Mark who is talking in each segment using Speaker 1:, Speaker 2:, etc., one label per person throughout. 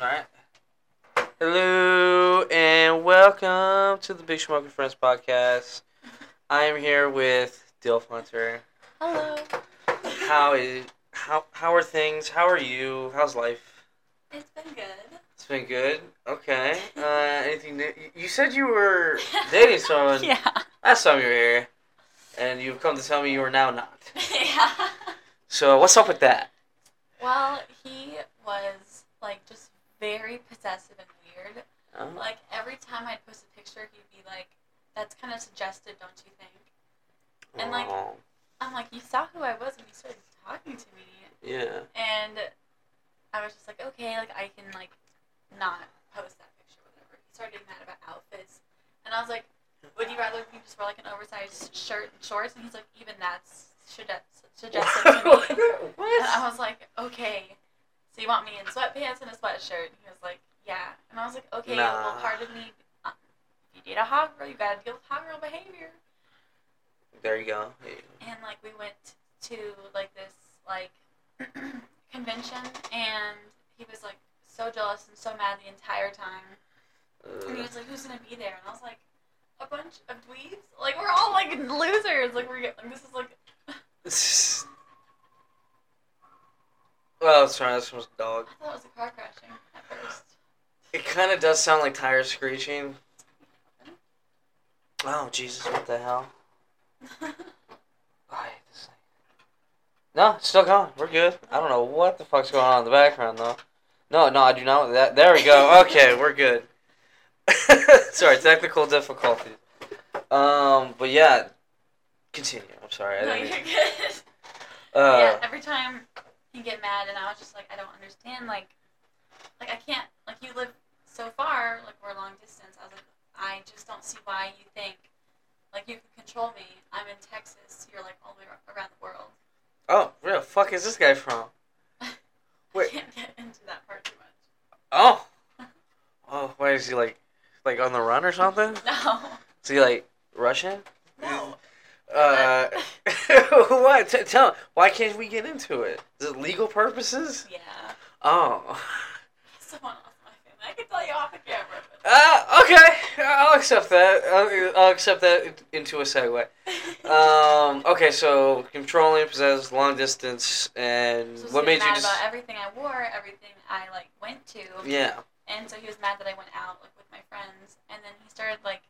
Speaker 1: Alright. Hello and welcome to the Big Smoking Friends podcast. I am here with Dilf Hunter.
Speaker 2: Hello.
Speaker 1: How is how how are things? How are you? How's life?
Speaker 2: It's been good.
Speaker 1: It's been good. Okay. Uh, anything new? You- You said you were dating someone
Speaker 2: Yeah.
Speaker 1: last time you were here, and you've come to tell me you are now not.
Speaker 2: yeah.
Speaker 1: So what's up with that?
Speaker 2: Well, he was like just very possessive and weird.
Speaker 1: Oh,
Speaker 2: Like every time I'd post a picture, he'd be like, "That's kind of suggestive, don't you think?" And, like-
Speaker 1: oh,
Speaker 2: I'm like, "You saw who I was when you started talking to me,"
Speaker 1: yeah.
Speaker 2: and I was just like, "Okay, like I can like not post that picture, whatever." He started getting mad about outfits, and I was like, "Would you rather you just wear like an oversized shirt and shorts?" And he's like, "Even that's suggestive, suggestive to me." Uh, And I
Speaker 1: what?
Speaker 2: was like, okay, so you want me in sweatpants and a sweatshirt? And he was like, yeah. And I was like, okay,
Speaker 1: Nah.
Speaker 2: well, part of me, uh, if you date a hot girl, you gotta deal with hot girl behavior.
Speaker 1: There you go.
Speaker 2: And like, we went to like this like convention, and he was like so jealous and so mad the entire time. And he
Speaker 1: Ugh.
Speaker 2: was like, who's gonna be there? And I was like, a bunch of dweebs. Like we're all like losers. Like we're like this is like
Speaker 1: Well, sorry, that's from a dog.
Speaker 2: I thought it was a car crashing at first.
Speaker 1: It kind of does sound like tires screeching. Oh, Jesus, what the hell? I hate this thing. No, it's still going. We're good. I don't know what the fuck's going on in the background, though. No, no, I do not. That, there we go. Okay, we're good. sorry, technical difficulties. Um, but yeah, continue. I'm sorry. I
Speaker 2: no,
Speaker 1: didn't
Speaker 2: you're
Speaker 1: mean-
Speaker 2: good. yeah,
Speaker 1: uh,
Speaker 2: every time you get mad, and I was just like, I don't understand. Like, like I can't. Like you live so far. Like we're long distance. I was like, I just don't see why you think like you can control me. I'm in Texas. You're like all the way ar- around the world.
Speaker 1: oh, where the fuck is this guy from? Wait.
Speaker 2: I can't get into that part too much.
Speaker 1: Oh. Oh, why is he like, like on the run or something?
Speaker 2: No,
Speaker 1: Is he like Russian?
Speaker 2: no.
Speaker 1: Uh, what? T- tell. Why can't we get into it? Is it legal purposes?
Speaker 2: yeah,
Speaker 1: Oh.
Speaker 2: someone else in my family. I can tell you off the camera. But...
Speaker 1: Uh, okay. I'll accept that. I'll, I'll accept that into a segue. Um. Okay. So controlling possesses long distance, and
Speaker 2: So he
Speaker 1: what made
Speaker 2: was
Speaker 1: you?
Speaker 2: mad
Speaker 1: Just,
Speaker 2: about everything I wore, everything I like went to.
Speaker 1: yeah.
Speaker 2: And so he was mad that I went out like with my friends, and then he started like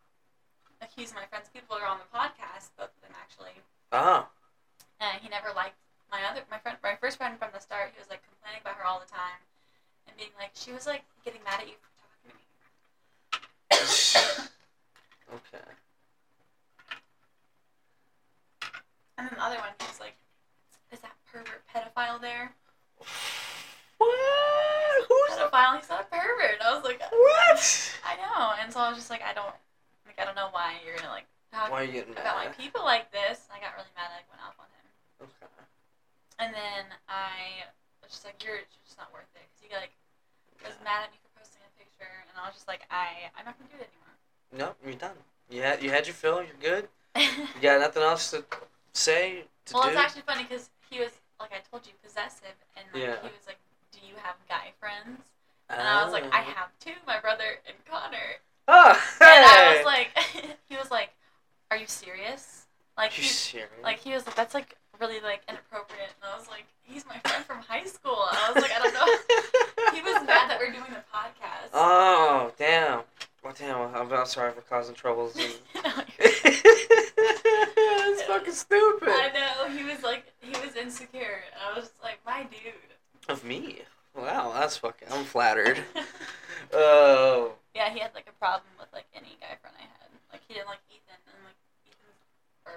Speaker 2: accusing my friends. People who are on the podcast, both of them actually.
Speaker 1: Oh.
Speaker 2: And he never liked my other my friend, my first friend from the start. He was like complaining about her all the time, and being like, she was like getting mad at you for talking to me.
Speaker 1: okay.
Speaker 2: And then the other one, he was like, is that pervert pedophile there?
Speaker 1: What? Who's the
Speaker 2: Pedophile? He's not a pervert. I was like,
Speaker 1: what?
Speaker 2: I know. And so I was just like, I don't like I don't know why you're gonna like talk
Speaker 1: Why are you getting
Speaker 2: about my
Speaker 1: mad?
Speaker 2: people like this. And I got really mad. I like, went off on him.
Speaker 1: Okay.
Speaker 2: And then I was just like, "You're just not worth it." Cause you like was mad at me for posting a picture, and I was just like, "I, I'm not gonna do it anymore."
Speaker 1: No, you're done. You had you had your fill. You're good. You got nothing else to say to
Speaker 2: well,
Speaker 1: do.
Speaker 2: it's actually funny because he was like, I told you, possessive, and like,
Speaker 1: Yeah.
Speaker 2: he was like, "Do you have guy friends?" And I was like, "I have two, my brother and Connor."
Speaker 1: Oh, hey.
Speaker 2: And I was like, he was like, "Are you serious?" Like
Speaker 1: you
Speaker 2: he,
Speaker 1: serious?
Speaker 2: like he was like, "That's like really like inappropriate," and I was like, "He's my friend from high school." And I was like, "I don't know." he was mad that we're doing the podcast.
Speaker 1: Oh damn! Well, damn. I'm, I'm sorry for causing troubles. That's fucking stupid.
Speaker 2: I know he was like he was insecure. and I was just like, my dude.
Speaker 1: Of me. Wow, that's fucking. I'm flattered. Oh.
Speaker 2: yeah, he had like a problem with like any guy friend I had. Like he didn't like Ethan and like Ethan or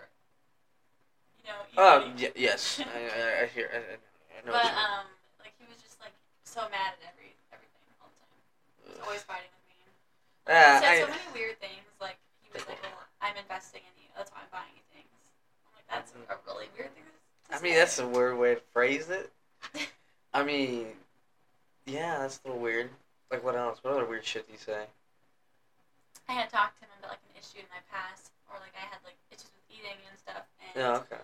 Speaker 2: you know.
Speaker 1: Oh
Speaker 2: Ethan.
Speaker 1: y- yes. I, I, I hear. I, I I know. what
Speaker 2: But
Speaker 1: you mean.
Speaker 2: um, like he was just like so mad at every everything all the time. He was always fighting with me. Like,
Speaker 1: Yeah,
Speaker 2: he said
Speaker 1: Ah,
Speaker 2: so
Speaker 1: I-
Speaker 2: many weird things. Like he was like, well, I'm investing in you. That's why I'm buying you things. I'm like, that's a really weird thing. to
Speaker 1: Mm-hmm. I mean,
Speaker 2: say.
Speaker 1: that's a weird way to phrase it. I mean, yeah, that's a little weird. Like, what else? What other weird shit do you say?
Speaker 2: I had talked to him about like an issue in my past, or like I had like issues with eating and stuff, and
Speaker 1: Yeah, okay.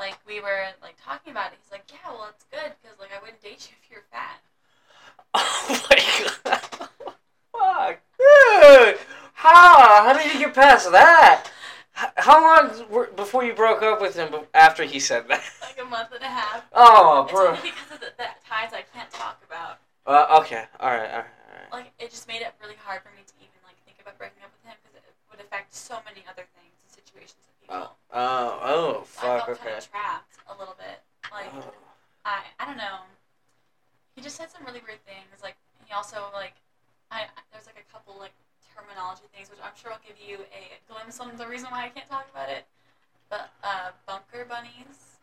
Speaker 2: like we were like talking about it. He's like, "Yeah, well, it's good because like I wouldn't date you if you're fat."
Speaker 1: Oh my god. get past that? H- How long were- before you broke up with him? bef- After he said that?
Speaker 2: like a month and a half.
Speaker 1: Oh,
Speaker 2: It's
Speaker 1: bro.
Speaker 2: only because of the, the ties I can't talk about.
Speaker 1: Uh, okay. All right. All right. All right.
Speaker 2: Like it just made it really hard for me to even like think about breaking up with him because it would affect so many other things and situations and people.
Speaker 1: Oh. Oh.
Speaker 2: I
Speaker 1: Fuck.
Speaker 2: felt
Speaker 1: Okay.
Speaker 2: kind of trapped a little bit. Like
Speaker 1: Oh.
Speaker 2: I, I don't know. He just said some really weird things. Like he also like, I there's like a couple like terminology things which I'm sure will give you a glimpse on the reason why I can't talk about it. But uh, bunker bunnies.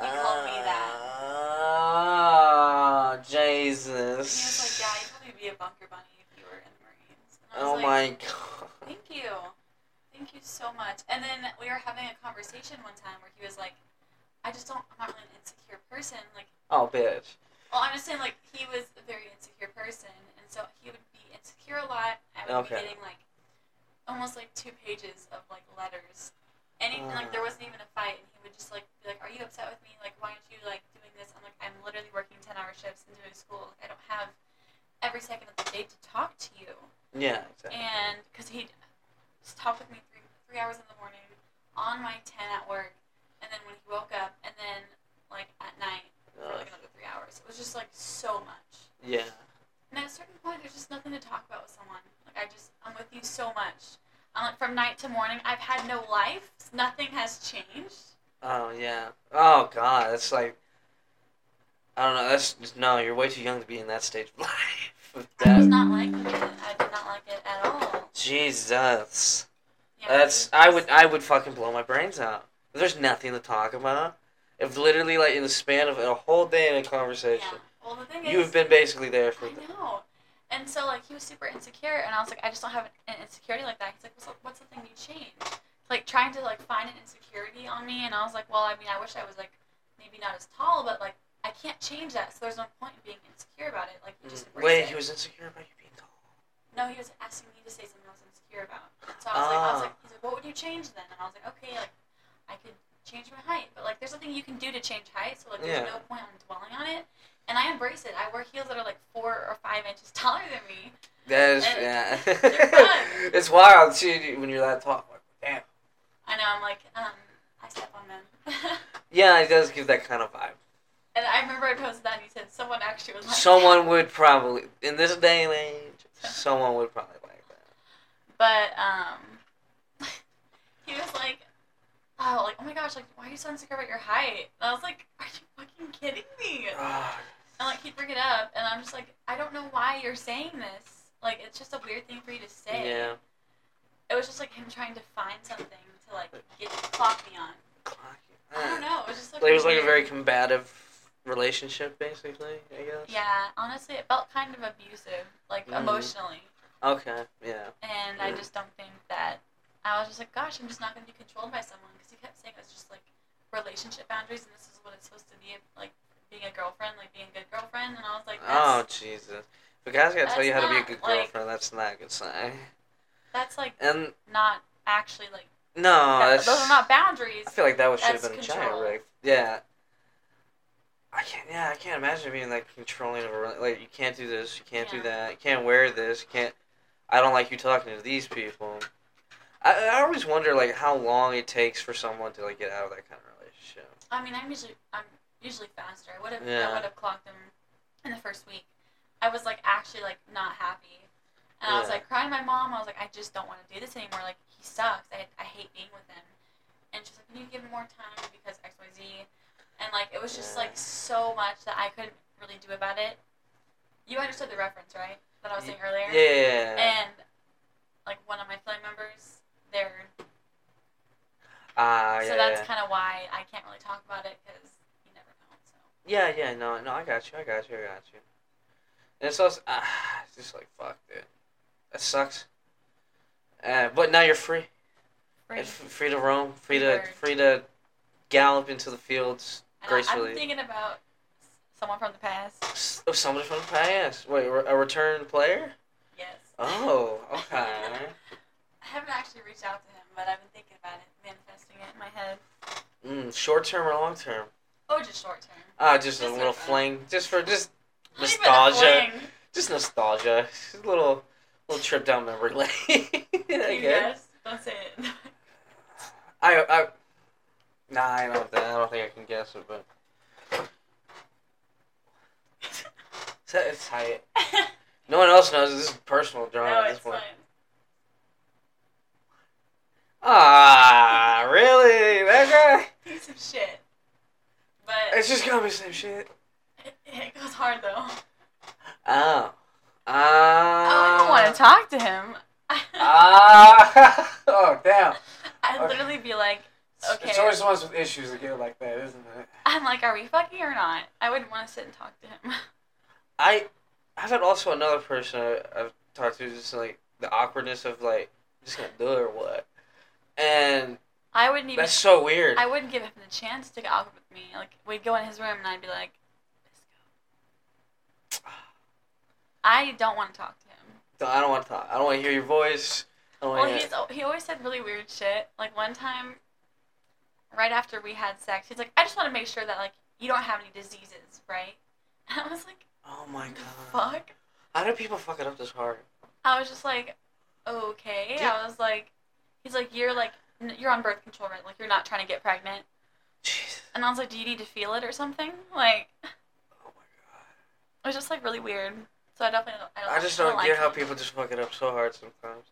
Speaker 1: Oh.
Speaker 2: He called me that.
Speaker 1: Ah,
Speaker 2: He was like,
Speaker 1: Jesus.
Speaker 2: "Yeah, you'd probably be a bunker bunny if you were in the Marines." And I was
Speaker 1: Oh
Speaker 2: like,
Speaker 1: my god.
Speaker 2: Thank you. Thank you so much. And then we were having a conversation one time where he was like, I just don't, I'm not really an insecure person. Like,
Speaker 1: Oh, bitch.
Speaker 2: well, I'm just saying, like, he was a very insecure person. And so he would be insecure a lot. I would
Speaker 1: Okay.
Speaker 2: be getting, like, almost like two pages of, like, letters. And, he, and, like, there wasn't even a fight. And he would just, like, be like, Are you upset with me? Like, why aren't you, like, doing this? I'm like, I'm literally working 10 hour shifts and doing school. Like, I don't have every second of the day to talk to you
Speaker 1: Yeah. Exactly.
Speaker 2: and because he just talked with me three, three hours in the morning on my 10 at work and then when he woke up and then like at night for
Speaker 1: Ugh.
Speaker 2: like another three hours it was just like so much
Speaker 1: Uh, yeah.
Speaker 2: and at a certain point there's just nothing to talk about with someone like i just i'm with you so much i'm like from night to morning i've had no life nothing has changed
Speaker 1: Oh yeah. Oh god. That's like. I don't know. That's just- no. You're way too young to be in that stage of life. With
Speaker 2: i was
Speaker 1: that.
Speaker 2: not liking it i did not like it at all
Speaker 1: Jesus.
Speaker 2: yeah,
Speaker 1: That's
Speaker 2: it was
Speaker 1: I
Speaker 2: just-
Speaker 1: would I would fucking blow my brains out. There's nothing to talk about. If literally like in the span of a whole day in a
Speaker 2: yeah.
Speaker 1: conversation,
Speaker 2: well the thing
Speaker 1: you
Speaker 2: is
Speaker 1: have been basically there for.
Speaker 2: I know. And so like he was super insecure, and I was like, I just don't have an insecurity like that. He's like, what's the, what's the thing you change? Like trying to like find an insecurity on me, and I was like, well, I mean, I wish I was like maybe not as tall, but like I can't change that, so there's no point in being insecure about it. Like you just embrace
Speaker 1: Wait,
Speaker 2: it.
Speaker 1: Mm. he was insecure about you being tall.
Speaker 2: no, he was asking me to say something I was insecure about. So I was like, I was
Speaker 1: Ah.
Speaker 2: like, he's like, what would you change then? And I was like, okay, like I could change my height, but like there's nothing you can do to change height, so like there's
Speaker 1: Yeah.
Speaker 2: no point on dwelling on it. And I embrace it. I wear heels that are like four or five inches taller than me.
Speaker 1: That is
Speaker 2: And-
Speaker 1: yeah.
Speaker 2: They're fun.
Speaker 1: it's wild too when you're that tall. Like, Damn.
Speaker 2: I know. I'm like, um, I step on them.
Speaker 1: Yeah, it does give that kind of vibe.
Speaker 2: and I remember I posted that, and you said someone actually was like,
Speaker 1: Someone would probably in this day and age, someone would probably like that.
Speaker 2: But um, he was like, oh, like, oh my gosh, like, why are you so insecure about your height? And I was like, are you fucking kidding me?
Speaker 1: Ah,
Speaker 2: And like, he'd bring it up, and I'm just like, I don't know why you're saying this. Like, it's just a weird thing for you to say.
Speaker 1: yeah.
Speaker 2: It was just like him trying to find something to like get clock me on.
Speaker 1: Clock.
Speaker 2: I don't know. It was just like.
Speaker 1: It was like a
Speaker 2: weird.
Speaker 1: very combative relationship, basically. I guess.
Speaker 2: Yeah, honestly, it felt kind of abusive, like
Speaker 1: Mm.
Speaker 2: emotionally.
Speaker 1: Okay. Yeah.
Speaker 2: And I just don't think that I was just like, gosh, I'm just not going to be controlled by someone because he kept saying it was just like relationship boundaries and this is what it's supposed to be like being a girlfriend, like being a good girlfriend. And I was like,
Speaker 1: Oh
Speaker 2: that's,
Speaker 1: Jesus! If a guy's gotta tell
Speaker 2: that's
Speaker 1: you how to be a
Speaker 2: not,
Speaker 1: good
Speaker 2: like-
Speaker 1: girlfriend, that's not a good sign.
Speaker 2: that's like
Speaker 1: And
Speaker 2: not actually like
Speaker 1: no,
Speaker 2: that,
Speaker 1: Oh, that's,
Speaker 2: those are not boundaries.
Speaker 1: I feel like that was should have
Speaker 2: that's
Speaker 1: been a
Speaker 2: control.
Speaker 1: giant rig. Yeah. I can't. Yeah, I can't imagine being like controlling of a rela- like you can't do this, you can't
Speaker 2: Yeah.
Speaker 1: do that, you can't wear this, you can't. I don't like you talking to these people. I, I always wonder like how long it takes for someone to like get out of that kind of relationship.
Speaker 2: I mean, I'm usually I'm usually faster. I would have
Speaker 1: Yeah.
Speaker 2: I would have clocked him in the first week. I was like actually like not happy, and I was
Speaker 1: Yeah.
Speaker 2: like crying to my mom. I was like, I just don't want to do this anymore. Like he sucks. I, I hate being with him. And she's like, can you give him more time because X Y Z, and like it was just
Speaker 1: Yeah.
Speaker 2: like so much that I couldn't really do about it. You understood the reference, right? That I was saying earlier.
Speaker 1: Yeah. yeah, yeah.
Speaker 2: And like one of my family members, they're
Speaker 1: Ah, yeah.
Speaker 2: so
Speaker 1: yeah.
Speaker 2: that's kind of why I can't really talk about it because you never know. So.
Speaker 1: Yeah, yeah, no, no, I got you, I got you, I got you. And it's also, ah, it's just like, fuck, dude. That sucks. Uh, but now you're free.
Speaker 2: Free.
Speaker 1: And f- free to roam, free
Speaker 2: Free
Speaker 1: to,
Speaker 2: bird.
Speaker 1: free to gallop into the fields
Speaker 2: And I,
Speaker 1: gracefully.
Speaker 2: I'm thinking about s- someone from the past.
Speaker 1: S- Oh, somebody from the past. Wait, re- a return player?
Speaker 2: Yes.
Speaker 1: Oh, okay.
Speaker 2: I haven't actually reached out to him, but I've been thinking about it, manifesting it in my head.
Speaker 1: Mm, short term or long term?
Speaker 2: Oh, just short term.
Speaker 1: Ah, just a
Speaker 2: Just for
Speaker 1: little
Speaker 2: fun.
Speaker 1: fling. Just for, just,
Speaker 2: Not even a
Speaker 1: Nostalgia.
Speaker 2: fling.
Speaker 1: just nostalgia. Just a little, little trip down memory lane. I
Speaker 2: You
Speaker 1: guess.
Speaker 2: guess. Don't say it.
Speaker 1: I, I, nah, I don't. Think, I don't think I can guess it, but it's, it's tight. No one else knows. This is personal drama
Speaker 2: no,
Speaker 1: at
Speaker 2: it's
Speaker 1: this point.
Speaker 2: fine.
Speaker 1: Ah, really? That
Speaker 2: Piece of shit.
Speaker 1: guy?
Speaker 2: But
Speaker 1: It's just Uh, gonna be some shit.
Speaker 2: it, it goes hard though.
Speaker 1: Oh. Ah.
Speaker 2: oh, I don't want to talk to him.
Speaker 1: Ah. oh, damn.
Speaker 2: I'd
Speaker 1: okay.
Speaker 2: literally be like,
Speaker 1: It's- It's
Speaker 2: Okay.
Speaker 1: always the ones with issues that get like that, isn't it?
Speaker 2: I'm like, are we fucking or not? I wouldn't want to sit and talk to him.
Speaker 1: I I've had also another person I, I've talked to just like the awkwardness of like just gonna do it or what, and
Speaker 2: I wouldn't even.
Speaker 1: that's so weird.
Speaker 2: I wouldn't give him the chance to get awkward with me. Like we'd go in his room and I'd be like, let's go. I don't want to talk to him.
Speaker 1: So I don't want to talk. I don't want to hear your voice. I don't
Speaker 2: Well,
Speaker 1: want to.
Speaker 2: Oh, he's he always said really weird shit. Like one time, right after we had sex, he's like, "I just want to make sure that like you don't have any diseases, right?" And I was like,
Speaker 1: oh my god!
Speaker 2: "Fuck."
Speaker 1: How do people fuck it up this hard?
Speaker 2: I was just like, "Okay."
Speaker 1: Yeah.
Speaker 2: I was like, "He's like, you're like, n- you're on birth control, right? Like you're not trying to get pregnant."
Speaker 1: Jeez.
Speaker 2: And I was like, "Do you need to feel it or something?" Like
Speaker 1: Oh my
Speaker 2: it was just like really weird. So I definitely I don't.
Speaker 1: god! I just don't
Speaker 2: like
Speaker 1: get how
Speaker 2: him.
Speaker 1: people just fuck it up so hard sometimes.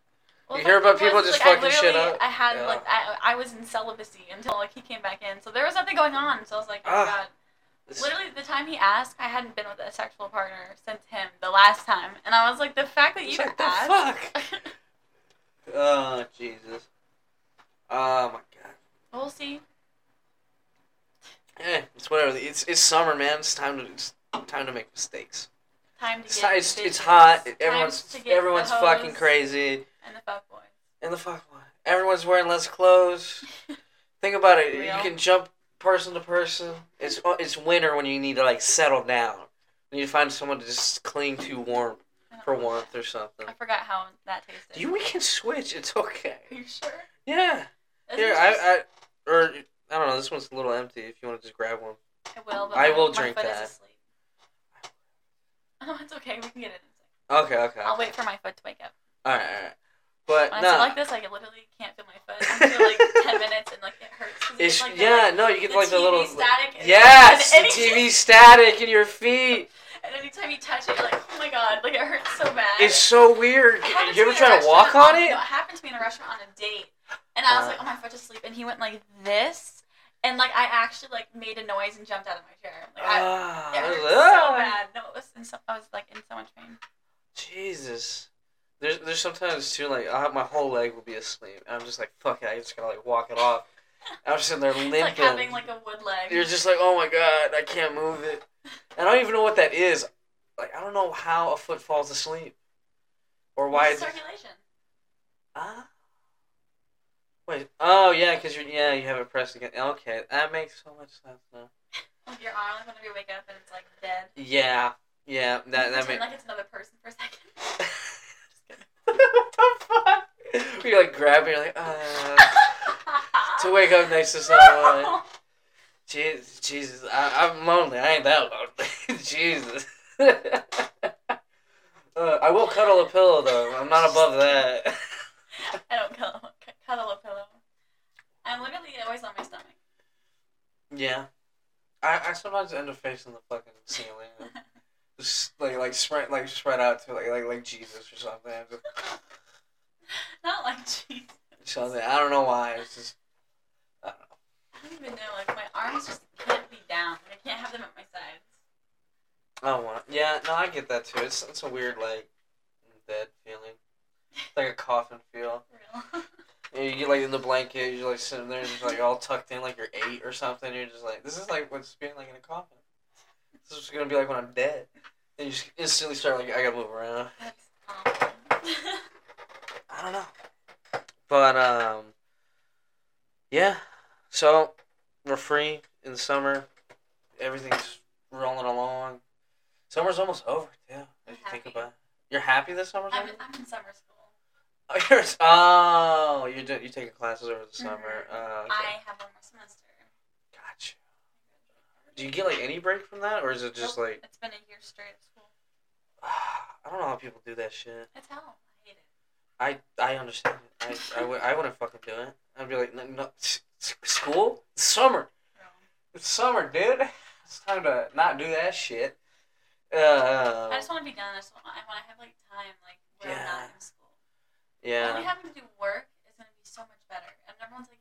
Speaker 2: Well,
Speaker 1: You
Speaker 2: the
Speaker 1: hear
Speaker 2: thing
Speaker 1: about people
Speaker 2: was,
Speaker 1: just
Speaker 2: like, I
Speaker 1: fucking shit
Speaker 2: literally-
Speaker 1: up?
Speaker 2: I had
Speaker 1: Yeah.
Speaker 2: like I, I was in celibacy until like he came back in, so there was nothing going on. So I was like, oh
Speaker 1: Ah.
Speaker 2: my god.
Speaker 1: It's-
Speaker 2: Literally the time he asked, I hadn't been with a sexual partner since him the last time, and I was like, the fact that you
Speaker 1: it's like the
Speaker 2: asked.
Speaker 1: fuck. Oh Jesus. Oh my god.
Speaker 2: we'll see.
Speaker 1: Eh, it's whatever. It's it's summer, man. It's time to it's time to make mistakes.
Speaker 2: Time to
Speaker 1: It's,
Speaker 2: get
Speaker 1: it's,
Speaker 2: the
Speaker 1: it's
Speaker 2: bitches.
Speaker 1: hot.
Speaker 2: Time
Speaker 1: Everyone's
Speaker 2: to get the
Speaker 1: everyone's
Speaker 2: hoes
Speaker 1: fucking crazy.
Speaker 2: And the fuck boys.
Speaker 1: And the fuck one. Everyone's wearing less clothes. Think about it.
Speaker 2: Real.
Speaker 1: You can jump person to person. It's it's winter when you need to like settle down. You need to find someone to just cling to warm for warmth or something.
Speaker 2: I forgot how that tasted.
Speaker 1: You we can switch. It's okay.
Speaker 2: Are you sure?
Speaker 1: Yeah.
Speaker 2: This
Speaker 1: Here
Speaker 2: is just-
Speaker 1: I I or I don't know. This one's a little empty. If you want to just grab one.
Speaker 2: I will. But
Speaker 1: I
Speaker 2: my-
Speaker 1: will
Speaker 2: my
Speaker 1: drink
Speaker 2: foot is
Speaker 1: that.
Speaker 2: asleep. Oh, it's okay. We can get it. in a second.
Speaker 1: Okay. Okay.
Speaker 2: I'll wait for my foot to wake up.
Speaker 1: All right. All right. But
Speaker 2: When
Speaker 1: no.
Speaker 2: I sit like this, I literally can't feel my foot until like ten minutes, and like it hurts. 'cause you
Speaker 1: It's,
Speaker 2: get, like, the,
Speaker 1: yeah,
Speaker 2: like,
Speaker 1: no, you get
Speaker 2: the
Speaker 1: like the
Speaker 2: TV
Speaker 1: little.
Speaker 2: static. and-
Speaker 1: Yes,
Speaker 2: and
Speaker 1: the
Speaker 2: any-
Speaker 1: TV static in your feet.
Speaker 2: And anytime you touch it, you're like, oh my god, like it hurts so bad.
Speaker 1: It's so weird.
Speaker 2: It happened
Speaker 1: You ever
Speaker 2: me in a
Speaker 1: try to walk
Speaker 2: restaurant-
Speaker 1: on it?
Speaker 2: No, it happened to me in a restaurant on a date, and I was
Speaker 1: Uh.
Speaker 2: like, oh my foot to sleep, and he went like this, and like I actually like made a noise and jumped out of my chair. Like I,
Speaker 1: Ah,
Speaker 2: it
Speaker 1: I was
Speaker 2: hurt
Speaker 1: like,
Speaker 2: so
Speaker 1: ah.
Speaker 2: bad. No, it was in so, I was like in so much pain.
Speaker 1: Jesus. There's, there's sometimes too like I have my whole leg will be asleep and I'm just like fuck it I just gotta like walk it off. I'm just sitting there
Speaker 2: It's
Speaker 1: limping.
Speaker 2: like having like a wood leg.
Speaker 1: You're just like oh my god I can't move it. And I don't even know what that is. Like I don't know how a foot falls asleep, or why.
Speaker 2: It's
Speaker 1: it's-
Speaker 2: circulation.
Speaker 1: Ah. Wait. Oh yeah, because you're yeah you have it pressed again. Okay, that makes so much sense now.
Speaker 2: Like your arm, like whenever you wake up and it's like dead.
Speaker 1: Yeah, yeah, that that
Speaker 2: Pretend
Speaker 1: makes.
Speaker 2: like it's another person for a second.
Speaker 1: what the fuck? You're like grabbing, you're like uh, to wake up next to someone.
Speaker 2: No.
Speaker 1: Jesus, Jesus, I, I'm lonely. I ain't that lonely. Jesus. Uh, I will cuddle a pillow though. I'm not above that.
Speaker 2: I don't cuddle, c- cuddle a pillow. I'm literally always on my stomach.
Speaker 1: yeah, I, I sometimes end up facing the fucking ceiling. just like like spread like spread out to like like like Jesus or something. I'm just-
Speaker 2: Not like cheese.
Speaker 1: Something I don't know why. It's just
Speaker 2: I don't even know. Like my arms just can't be down. Like, I can't have them at my sides.
Speaker 1: I don't want. Yeah, no, I get that too. It's it's a weird like dead feeling, It's like a coffin feel.
Speaker 2: Real.
Speaker 1: Yeah, you get like in the blanket. You're like sitting there, just like all tucked in, like you're eight or something. You're just like, this is like what's being like in a coffin. This is gonna be like when I'm dead. And you just instantly start like I gotta move around.
Speaker 2: That's awful.
Speaker 1: I don't know. But um yeah. So we're free in the summer. Everything's rolling along. Summer's almost over, yeah. If you think
Speaker 2: happy.
Speaker 1: about it. You're happy this summer's
Speaker 2: I'm,
Speaker 1: over?
Speaker 2: I'm in summer school.
Speaker 1: Oh, you're, oh, you're do, you're taking classes over the summer.
Speaker 2: Mhm.
Speaker 1: Uh, okay.
Speaker 2: I have one more semester.
Speaker 1: Gotcha. Do you get like any break from that, or is it just
Speaker 2: Nope,
Speaker 1: like
Speaker 2: it's been a year straight at school.
Speaker 1: I don't know how people do that shit.
Speaker 2: It's hell. I hate it.
Speaker 1: I I understand. I I, w- I wouldn't fucking do it. I'd be like, no, no s- s- school, it's summer, it's summer, dude. It's time to not do that shit. Uh,
Speaker 2: I just want to be done. I just want, I want to have like time, like where I'm not
Speaker 1: Yeah.
Speaker 2: in school.
Speaker 1: yeah.
Speaker 2: Only having to do work is gonna be so much better. And everyone's like,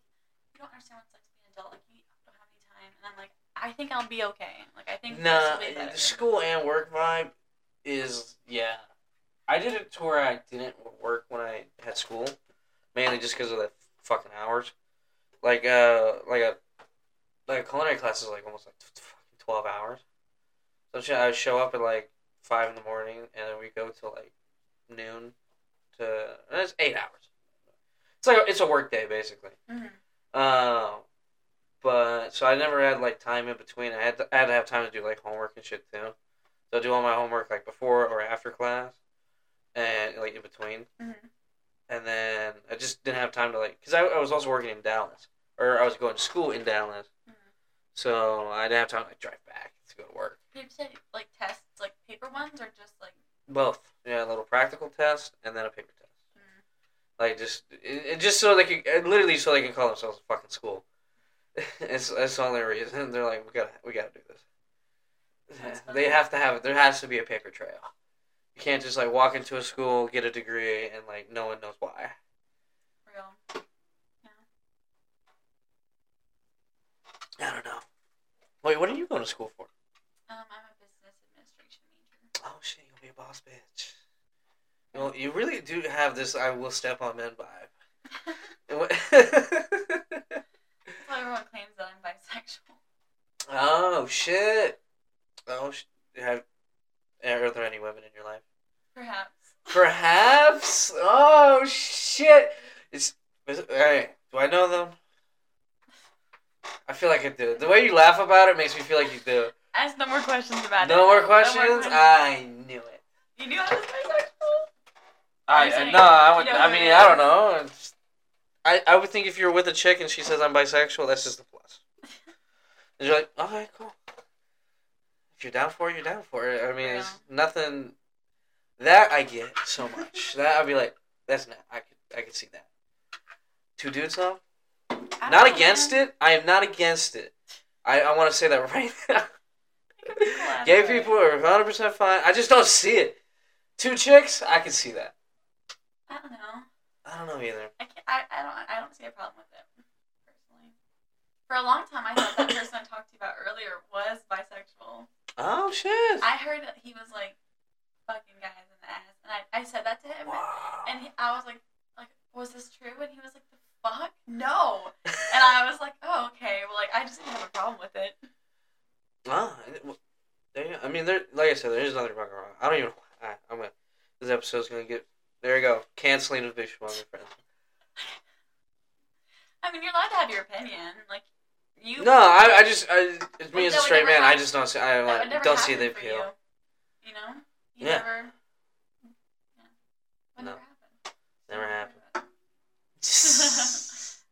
Speaker 2: you don't understand what it's like to be an adult. Like you don't have any time. And I'm like, I think I'll be okay. Like I think
Speaker 1: Nah,
Speaker 2: this will be better.
Speaker 1: the school and work vibe is yeah. I did it to where I didn't work when I had school, mainly just because of the fucking hours. Like uh, like a like a culinary class is like almost like t- t- fucking twelve hours. So shit, I would show up at like five in the morning, and then we go till like noon. To and it's eight hours. It's like a, it's a work day basically.
Speaker 2: Mhm.
Speaker 1: Uh, but so I never had like time in between. I had to, I had to have time to do like homework and shit too. So I do all my homework like before or after class, and like in between.
Speaker 2: Mhm.
Speaker 1: And then I just didn't have time to like because I, I was also working in Dallas or I was going to school in Dallas,
Speaker 2: Mhm.
Speaker 1: so I didn't have time to like, drive back to go to work.
Speaker 2: Did you say like tests, like paper ones, or just like?
Speaker 1: Both, yeah, a little practical test and then a paper test.
Speaker 2: Mm.
Speaker 1: Like just it, it just so they can it literally so they can call themselves a fucking school. it's that's the only reason they're like we gotta we gotta do this.
Speaker 2: That's funny.
Speaker 1: They have to have it. There has to be a paper trail. You can't just like walk into a school, get a degree, and like no one knows why.
Speaker 2: Real.
Speaker 1: I don't know. Wait, what are you going to school for?
Speaker 2: Um, I'm a business administration major.
Speaker 1: Oh shit, you'll be a boss bitch. Well, you really do have this "I will step on men" vibe.
Speaker 2: That's why everyone claims that I'm bisexual.
Speaker 1: oh shit. Oh, sh- have eh, are there any women in your life?
Speaker 2: Perhaps.
Speaker 1: Perhaps. Oh shit! Is, is all right? Do I know them? I feel like I do. The way you laugh about it makes me feel like you do.
Speaker 2: Ask no more questions about it.
Speaker 1: No more questions.
Speaker 2: questions.
Speaker 1: I knew it.
Speaker 2: you knew I was bisexual.
Speaker 1: I,
Speaker 2: I'm saying,
Speaker 1: I no. I, would,
Speaker 2: you know
Speaker 1: I
Speaker 2: who
Speaker 1: mean,
Speaker 2: it
Speaker 1: I
Speaker 2: is.
Speaker 1: don't know. It's- I I would think if you're with a chick and she says I'm bisexual, that's just a plus. And you're like, okay, cool. If you're down for it, you're down for it. I mean, it's nothing. That I get so much. that I'd be like, that's not. I could I could see that. Two dudes though.
Speaker 2: I
Speaker 1: Not
Speaker 2: don't know,
Speaker 1: against
Speaker 2: man.
Speaker 1: it. I am not against it. I, I want to say that right now.
Speaker 2: Give people out
Speaker 1: Gay
Speaker 2: of it.
Speaker 1: people are 100% fine. I just don't see it. Two chicks, I can see that.
Speaker 2: I don't know.
Speaker 1: I don't know either.
Speaker 2: I can't. I, I don't. I don't see a problem with it personally. For a long time, I thought that person I talked to you about earlier was bisexual.
Speaker 1: Oh, shit.
Speaker 2: I heard that he was like fucking guys in the ass, and I, I said that to him,
Speaker 1: Wow.
Speaker 2: and he, I was like, like, was this true? And he was like, the fuck, no. And I was like, oh okay, well like I just didn't have a problem with it.
Speaker 1: Wow. And it- well, There you go. I mean, there. like I said, there is nothing fucking wrong. I don't even. I, I'm gonna. This episode's gonna get. There you go. Canceling of Big Shmonger Friends.
Speaker 2: I mean, you're allowed to have your opinion, like you.
Speaker 1: No, I, I just. I, it's me
Speaker 2: Well,
Speaker 1: as a
Speaker 2: that would
Speaker 1: straight
Speaker 2: never
Speaker 1: man. I
Speaker 2: happen.
Speaker 1: just don't see. I
Speaker 2: that would
Speaker 1: like,
Speaker 2: never
Speaker 1: don't see the
Speaker 2: happen for
Speaker 1: appeal.
Speaker 2: You, you know, you
Speaker 1: Yeah.
Speaker 2: never. Yeah. Would
Speaker 1: No.
Speaker 2: Never happened.
Speaker 1: Never happened.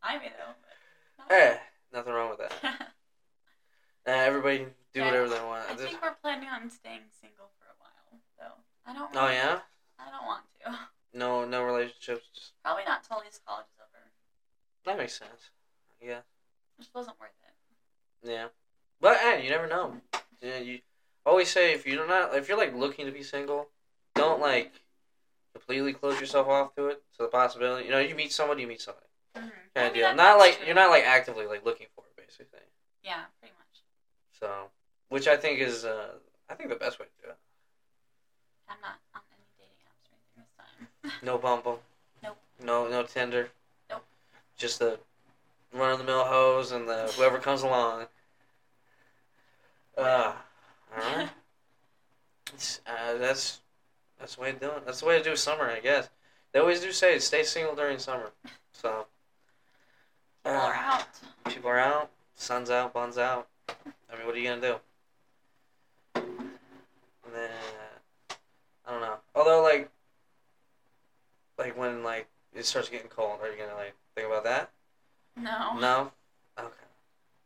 Speaker 2: I may though. but-
Speaker 1: eh, nothing wrong with that.
Speaker 2: I
Speaker 1: Uh, everybody do
Speaker 2: Yeah,
Speaker 1: whatever they want. This-
Speaker 2: think we're planning on staying single for a while, though. I don't.
Speaker 1: oh
Speaker 2: really-
Speaker 1: yeah,
Speaker 2: I don't want to.
Speaker 1: no, no relationships. Just,
Speaker 2: Probably not till these college is over.
Speaker 1: that makes sense. Yeah,
Speaker 2: It just wasn't worth it.
Speaker 1: yeah, but eh, you never know. Yeah, you always say if you're not if you're like looking to be single, don't like completely close yourself off to it to the possibility. You know, you meet somebody, you meet somebody.
Speaker 2: Mm-hmm.
Speaker 1: Kind of deal. Not like you're not like actively like looking for it, basically.
Speaker 2: Yeah, pretty much.
Speaker 1: So, which I think is uh, I think the best way to do it.
Speaker 2: I'm not on any dating apps or anything this time.
Speaker 1: No Bumble.
Speaker 2: Nope.
Speaker 1: No, no Tinder.
Speaker 2: Nope.
Speaker 1: Just the run of the mill hoes and the whoever comes along. Uh, alright. It's, uh, that's that's the way to do it. That's the way to do summer, I guess. They always do say stay single during summer. So uh,
Speaker 2: People are out.
Speaker 1: people are out, sun's out, buns out. I mean, what are you gonna do? And then uh, I don't know. Although, like, like when like it starts getting cold, are you gonna like think about that?
Speaker 2: No.
Speaker 1: No. Okay.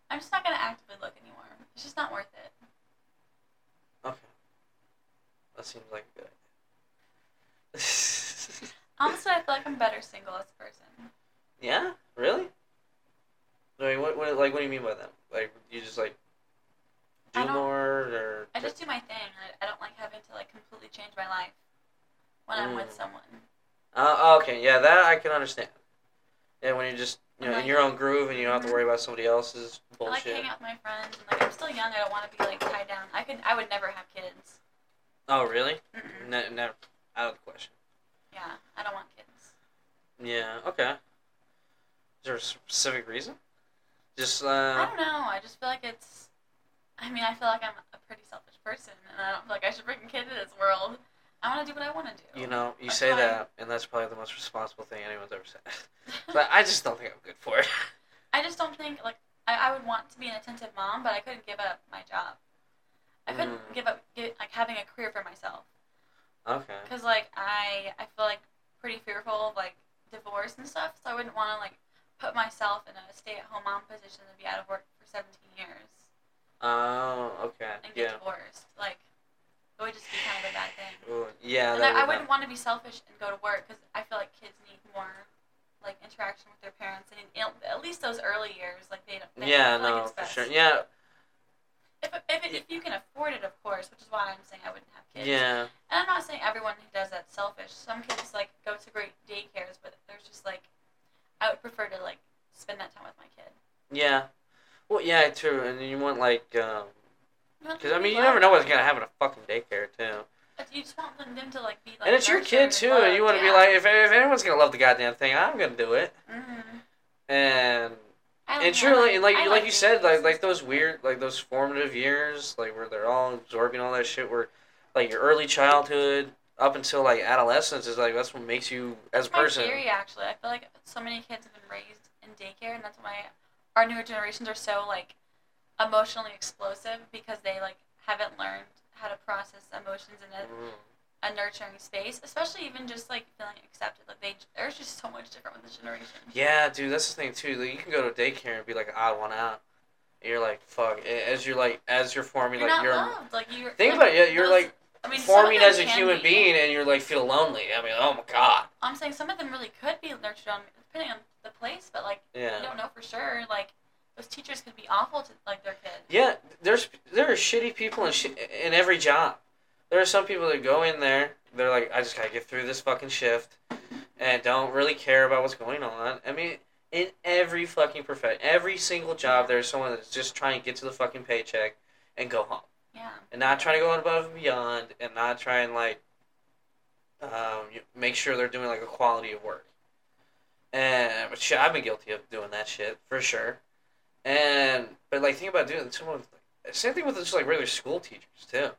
Speaker 2: I'm just not gonna actively look anymore. It's just not worth it.
Speaker 1: Okay. That seems like a good idea.
Speaker 2: Honestly, I feel like I'm better single as a person.
Speaker 1: Yeah, really? I mean, what, what, like, what do you mean by that? Like, you just like
Speaker 2: I
Speaker 1: do
Speaker 2: don't-
Speaker 1: more, or
Speaker 2: I just do my thing. I, I don't like having to like completely change my life when I'm with
Speaker 1: Mm.
Speaker 2: someone.
Speaker 1: Uh, okay, yeah, that I can understand. Yeah, when you're just you know in
Speaker 2: I'm like-
Speaker 1: your own groove and you don't have to worry about somebody else's
Speaker 2: I like
Speaker 1: bullshit.
Speaker 2: hanging out with my friends. And, like I'm still young. I don't want to be like tied down. I could. I would never have kids.
Speaker 1: oh, really?
Speaker 2: Mm-mm.
Speaker 1: Ne- never out of the question.
Speaker 2: Yeah, I don't want kids.
Speaker 1: Yeah. Okay. Is there a specific reason? Just
Speaker 2: I
Speaker 1: uh.
Speaker 2: don't know. I just feel like it's. I mean, I feel like I'm a pretty selfish person, and I don't feel like I should bring a kid into this world. I want to do what I want to do.
Speaker 1: You know, you
Speaker 2: That's
Speaker 1: say
Speaker 2: fine.
Speaker 1: that, and that's probably the most responsible thing anyone's ever said. but I just don't think I'm good for it.
Speaker 2: I just don't think like I, I would want to be an attentive mom, but I couldn't give up my job. I couldn't
Speaker 1: Mm.
Speaker 2: give up get, like having a career for myself
Speaker 1: Okay.
Speaker 2: because like I I feel like pretty fearful of like divorce and stuff, so I wouldn't want to like put myself in a stay-at-home mom position and be out of work for 17 years
Speaker 1: Oh, okay.
Speaker 2: and get
Speaker 1: Yeah.
Speaker 2: divorced. Like it would just be kind of a bad thing.
Speaker 1: Ooh, yeah.
Speaker 2: and
Speaker 1: That
Speaker 2: I, I
Speaker 1: would
Speaker 2: wouldn't want to be selfish and go to work because I feel like kids need more like interaction with their parents and in, at least those early years like they don't
Speaker 1: not-
Speaker 2: they
Speaker 1: Yeah.
Speaker 2: I feel like
Speaker 1: No.
Speaker 2: it's
Speaker 1: For
Speaker 2: best.
Speaker 1: sure. Yeah.
Speaker 2: If, if, if you can afford it, of course, which is why I'm saying I wouldn't have kids.
Speaker 1: Yeah.
Speaker 2: And I'm not saying everyone who does that's selfish. Some kids like go to great daycares, but there's just like, I would prefer to like spend that time with my kid.
Speaker 1: Yeah. Well, yeah, true. And you want like, um,
Speaker 2: You want
Speaker 1: because
Speaker 2: them
Speaker 1: I
Speaker 2: to
Speaker 1: mean,
Speaker 2: be
Speaker 1: you never
Speaker 2: loved.
Speaker 1: know what's gonna happen at fucking daycare too.
Speaker 2: But You just want them, them to like be like.
Speaker 1: And it's your kid too, and you want to be like, if, if anyone's gonna love the goddamn thing, I'm gonna do it.
Speaker 2: Mm-hmm.
Speaker 1: And and truly, and like like, you said, like like those weird, like those formative years, like where they're all absorbing all that shit, where like your early childhood up until like adolescence is like that's what makes you as a
Speaker 2: my
Speaker 1: person.
Speaker 2: theory actually. I feel like so many kids have been raised in daycare, and that's why our newer generations are so like emotionally explosive because they like haven't learned how to process emotions in a,
Speaker 1: Mm.
Speaker 2: a nurturing space, especially even just like feeling accepted. Like they, there's just so much different with this generation.
Speaker 1: Yeah, dude, that's the thing too. Like, you can go to daycare and be like, I want out. And you're like, fuck. A- As you're like, as you're forming,
Speaker 2: You're
Speaker 1: like
Speaker 2: not
Speaker 1: you're.
Speaker 2: loved. Like you
Speaker 1: Think about it. Yeah, you're
Speaker 2: those-
Speaker 1: like
Speaker 2: I mean, some of
Speaker 1: forming
Speaker 2: them
Speaker 1: as a
Speaker 2: can
Speaker 1: human
Speaker 2: be.
Speaker 1: being, and you're like feel lonely. I mean, oh my god.
Speaker 2: I'm saying some of them really could be nurtured on depending on the place, but like you
Speaker 1: Yeah.
Speaker 2: don't know for sure. Like those teachers could be awful to like their kids.
Speaker 1: Yeah. There's there are shitty people in shi- in every job. There are some people that go in there. They're like, I just gotta get through this fucking shift, and don't really care about what's going on. I mean, in every fucking profession, every single job, there's someone that's just trying to get to the fucking paycheck and go home.
Speaker 2: Yeah.
Speaker 1: and not trying to go above and beyond, and not try and like um, you- make sure they're doing like a quality of work. And but shit, I've been guilty of doing that shit for sure. And but like think about doing someone same thing with just like regular school teachers too.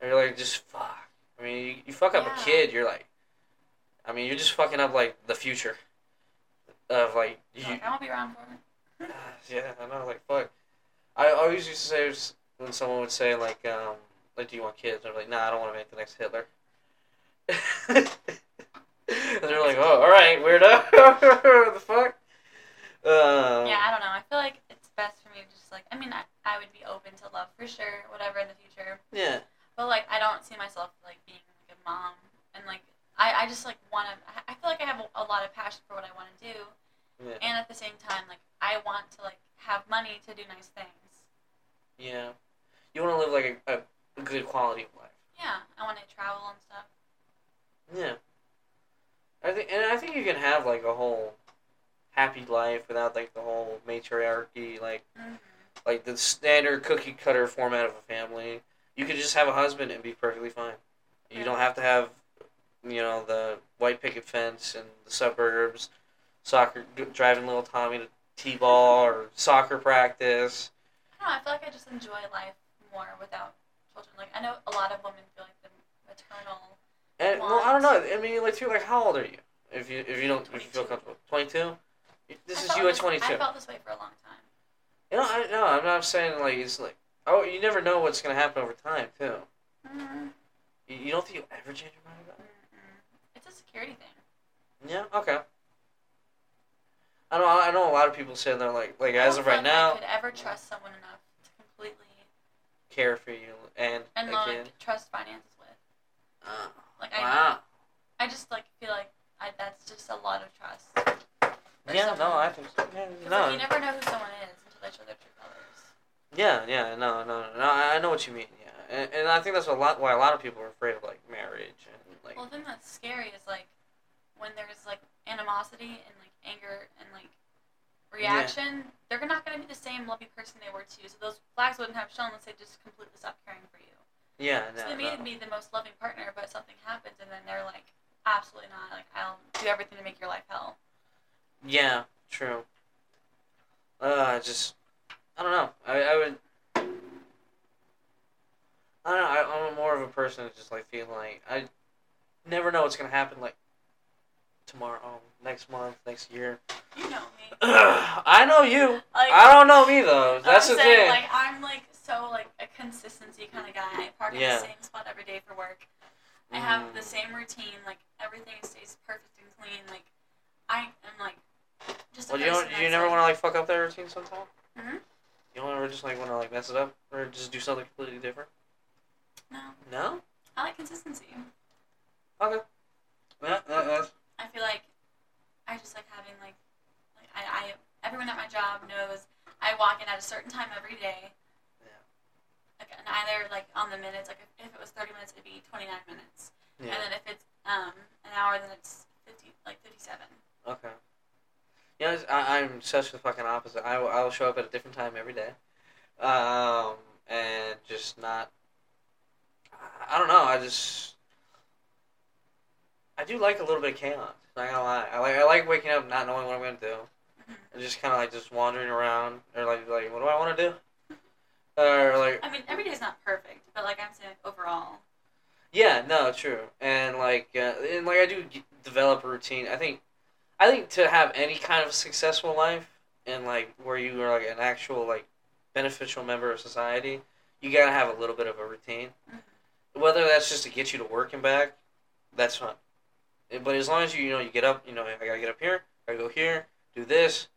Speaker 1: They're like just fuck. I mean, you, you fuck up
Speaker 2: Yeah.
Speaker 1: a kid, you're like, I mean, you're just fucking up like the future of like
Speaker 2: You're
Speaker 1: you,
Speaker 2: like, I won't be around for it.
Speaker 1: yeah, I know. Like, fuck. I always used to say s- when someone would say like, um, like, do you want kids? I'm like, nah, I don't want to make the next Hitler. and they're like, oh, all right, weirdo. what the fuck? Um,
Speaker 2: yeah, I don't know. I feel like it's best for me to just like. I mean, I, I would be open to love for sure, whatever in the future.
Speaker 1: Yeah.
Speaker 2: But like, I don't see myself like being like a mom, and like, I, I just like want to. I feel like I have a, a lot of passion for what I want to do,
Speaker 1: Yeah.
Speaker 2: and at the same time, like, I want to like have money to do nice things.
Speaker 1: Yeah. You want to live like a, a good quality of life.
Speaker 2: Yeah, I want to travel and stuff.
Speaker 1: Yeah. I think, and I think you can have like a whole happy life without like the whole matriarchy, like.
Speaker 2: Mm-hmm.
Speaker 1: like the standard cookie cutter format of a family. You could just have a husband and be perfectly fine. You
Speaker 2: Yeah.
Speaker 1: don't have to have, you know, the white picket fence and the suburbs, soccer driving little Tommy to t-ball or soccer practice.
Speaker 2: I don't know. I feel like I just enjoy life more without children. Like, I know a lot of women feel like the maternal.
Speaker 1: And well, I don't know. I mean, like, too, like, how old are you? If you if you don't if you feel
Speaker 2: 22.
Speaker 1: comfortable, twenty two. This
Speaker 2: I
Speaker 1: is
Speaker 2: felt
Speaker 1: you at twenty two.
Speaker 2: I felt this way for a long time.
Speaker 1: You know, I no, I'm not saying like it's like oh, you never know what's gonna happen over time too.
Speaker 2: Mm-hmm.
Speaker 1: You, you don't think you'll ever change your mind about. it?
Speaker 2: It's a security thing.
Speaker 1: Yeah. Okay. I know. I know a lot of people say they're like, like as
Speaker 2: don't
Speaker 1: of
Speaker 2: feel
Speaker 1: right
Speaker 2: like I
Speaker 1: now,
Speaker 2: could ever trust someone enough to completely
Speaker 1: care for you and
Speaker 2: and
Speaker 1: again.
Speaker 2: like trust finances with.
Speaker 1: Uh,
Speaker 2: Like I,
Speaker 1: wow.
Speaker 2: I just like feel like I just a lot of trust. Or
Speaker 1: Yeah, no,
Speaker 2: someone-
Speaker 1: I think so. Yeah,
Speaker 2: 'Cause, like,
Speaker 1: no.
Speaker 2: you never know who someone is until they show their true colors.
Speaker 1: Yeah, yeah, no, no, no. I, I know what you mean. Yeah, and, and I think that's a lot why a lot of people are afraid of like marriage and like.
Speaker 2: Well, the thing that's scary is like when there's like animosity and like anger and like reaction, they're not going to be the same loving person they were to you. So those flags wouldn't have shown unless they just completely stopped caring for you.
Speaker 1: yeah,
Speaker 2: so
Speaker 1: no,
Speaker 2: they may
Speaker 1: no.
Speaker 2: be the most loving partner, but something happens and then they're like, absolutely not. Like I'll do everything to make your life hell.
Speaker 1: Yeah, true. Uh, I just I don't know. I I would. I don't know. I, I'm more of a person that's just like feeling like I never know what's gonna happen like tomorrow, um, next month, next year.
Speaker 2: You know me.
Speaker 1: I know you.
Speaker 2: Like,
Speaker 1: I don't know me though. That's
Speaker 2: I'm
Speaker 1: the thing.
Speaker 2: saying, Like I'm like so like a consistency kind of guy. I park
Speaker 1: Yeah.
Speaker 2: in the same spot every day for work. I have
Speaker 1: Mm.
Speaker 2: the same routine. Like everything stays perfect and clean. Like I am like just.
Speaker 1: Well,
Speaker 2: a
Speaker 1: you don't.
Speaker 2: person
Speaker 1: You
Speaker 2: that's,
Speaker 1: never
Speaker 2: like-
Speaker 1: want to like fuck up that routine sometime.
Speaker 2: Mhm.
Speaker 1: You don't ever just like want to like mess it up or just do something completely different.
Speaker 2: No,
Speaker 1: No.
Speaker 2: I like consistency.
Speaker 1: Okay. Yeah, that, that's
Speaker 2: I feel like I just like having like like I, I everyone at my job knows I walk in at a certain time every day.
Speaker 1: Yeah.
Speaker 2: Like, and either like on the minutes, like if, if it was thirty minutes, it'd be twenty nine minutes,
Speaker 1: yeah.
Speaker 2: and then if it's um an hour, then it's fifty like fifty seven.
Speaker 1: Okay. You know, it's- I, I'm such the fucking opposite. I will, I will show up at a different time every day, um, and just not. I- I don't know. I just. I do like a little bit of chaos. Not gonna lie. I like I like waking up not knowing what I'm gonna do, and just kind of like just wandering around or like like what do I want to do, or like
Speaker 2: I mean, every day's not perfect, but like I'm saying, like, overall,
Speaker 1: Yeah, no, true, and like, uh, and like I do g- develop a routine. I think, I think to have any kind of successful life and like where you are like an actual like beneficial member of society, you gotta have a little bit of a routine.
Speaker 2: Mhm.
Speaker 1: Whether that's just to get you to work and back, that's fine. Eh, But as long as you you know you get up, you know I gotta get up here, I gotta go here, do this,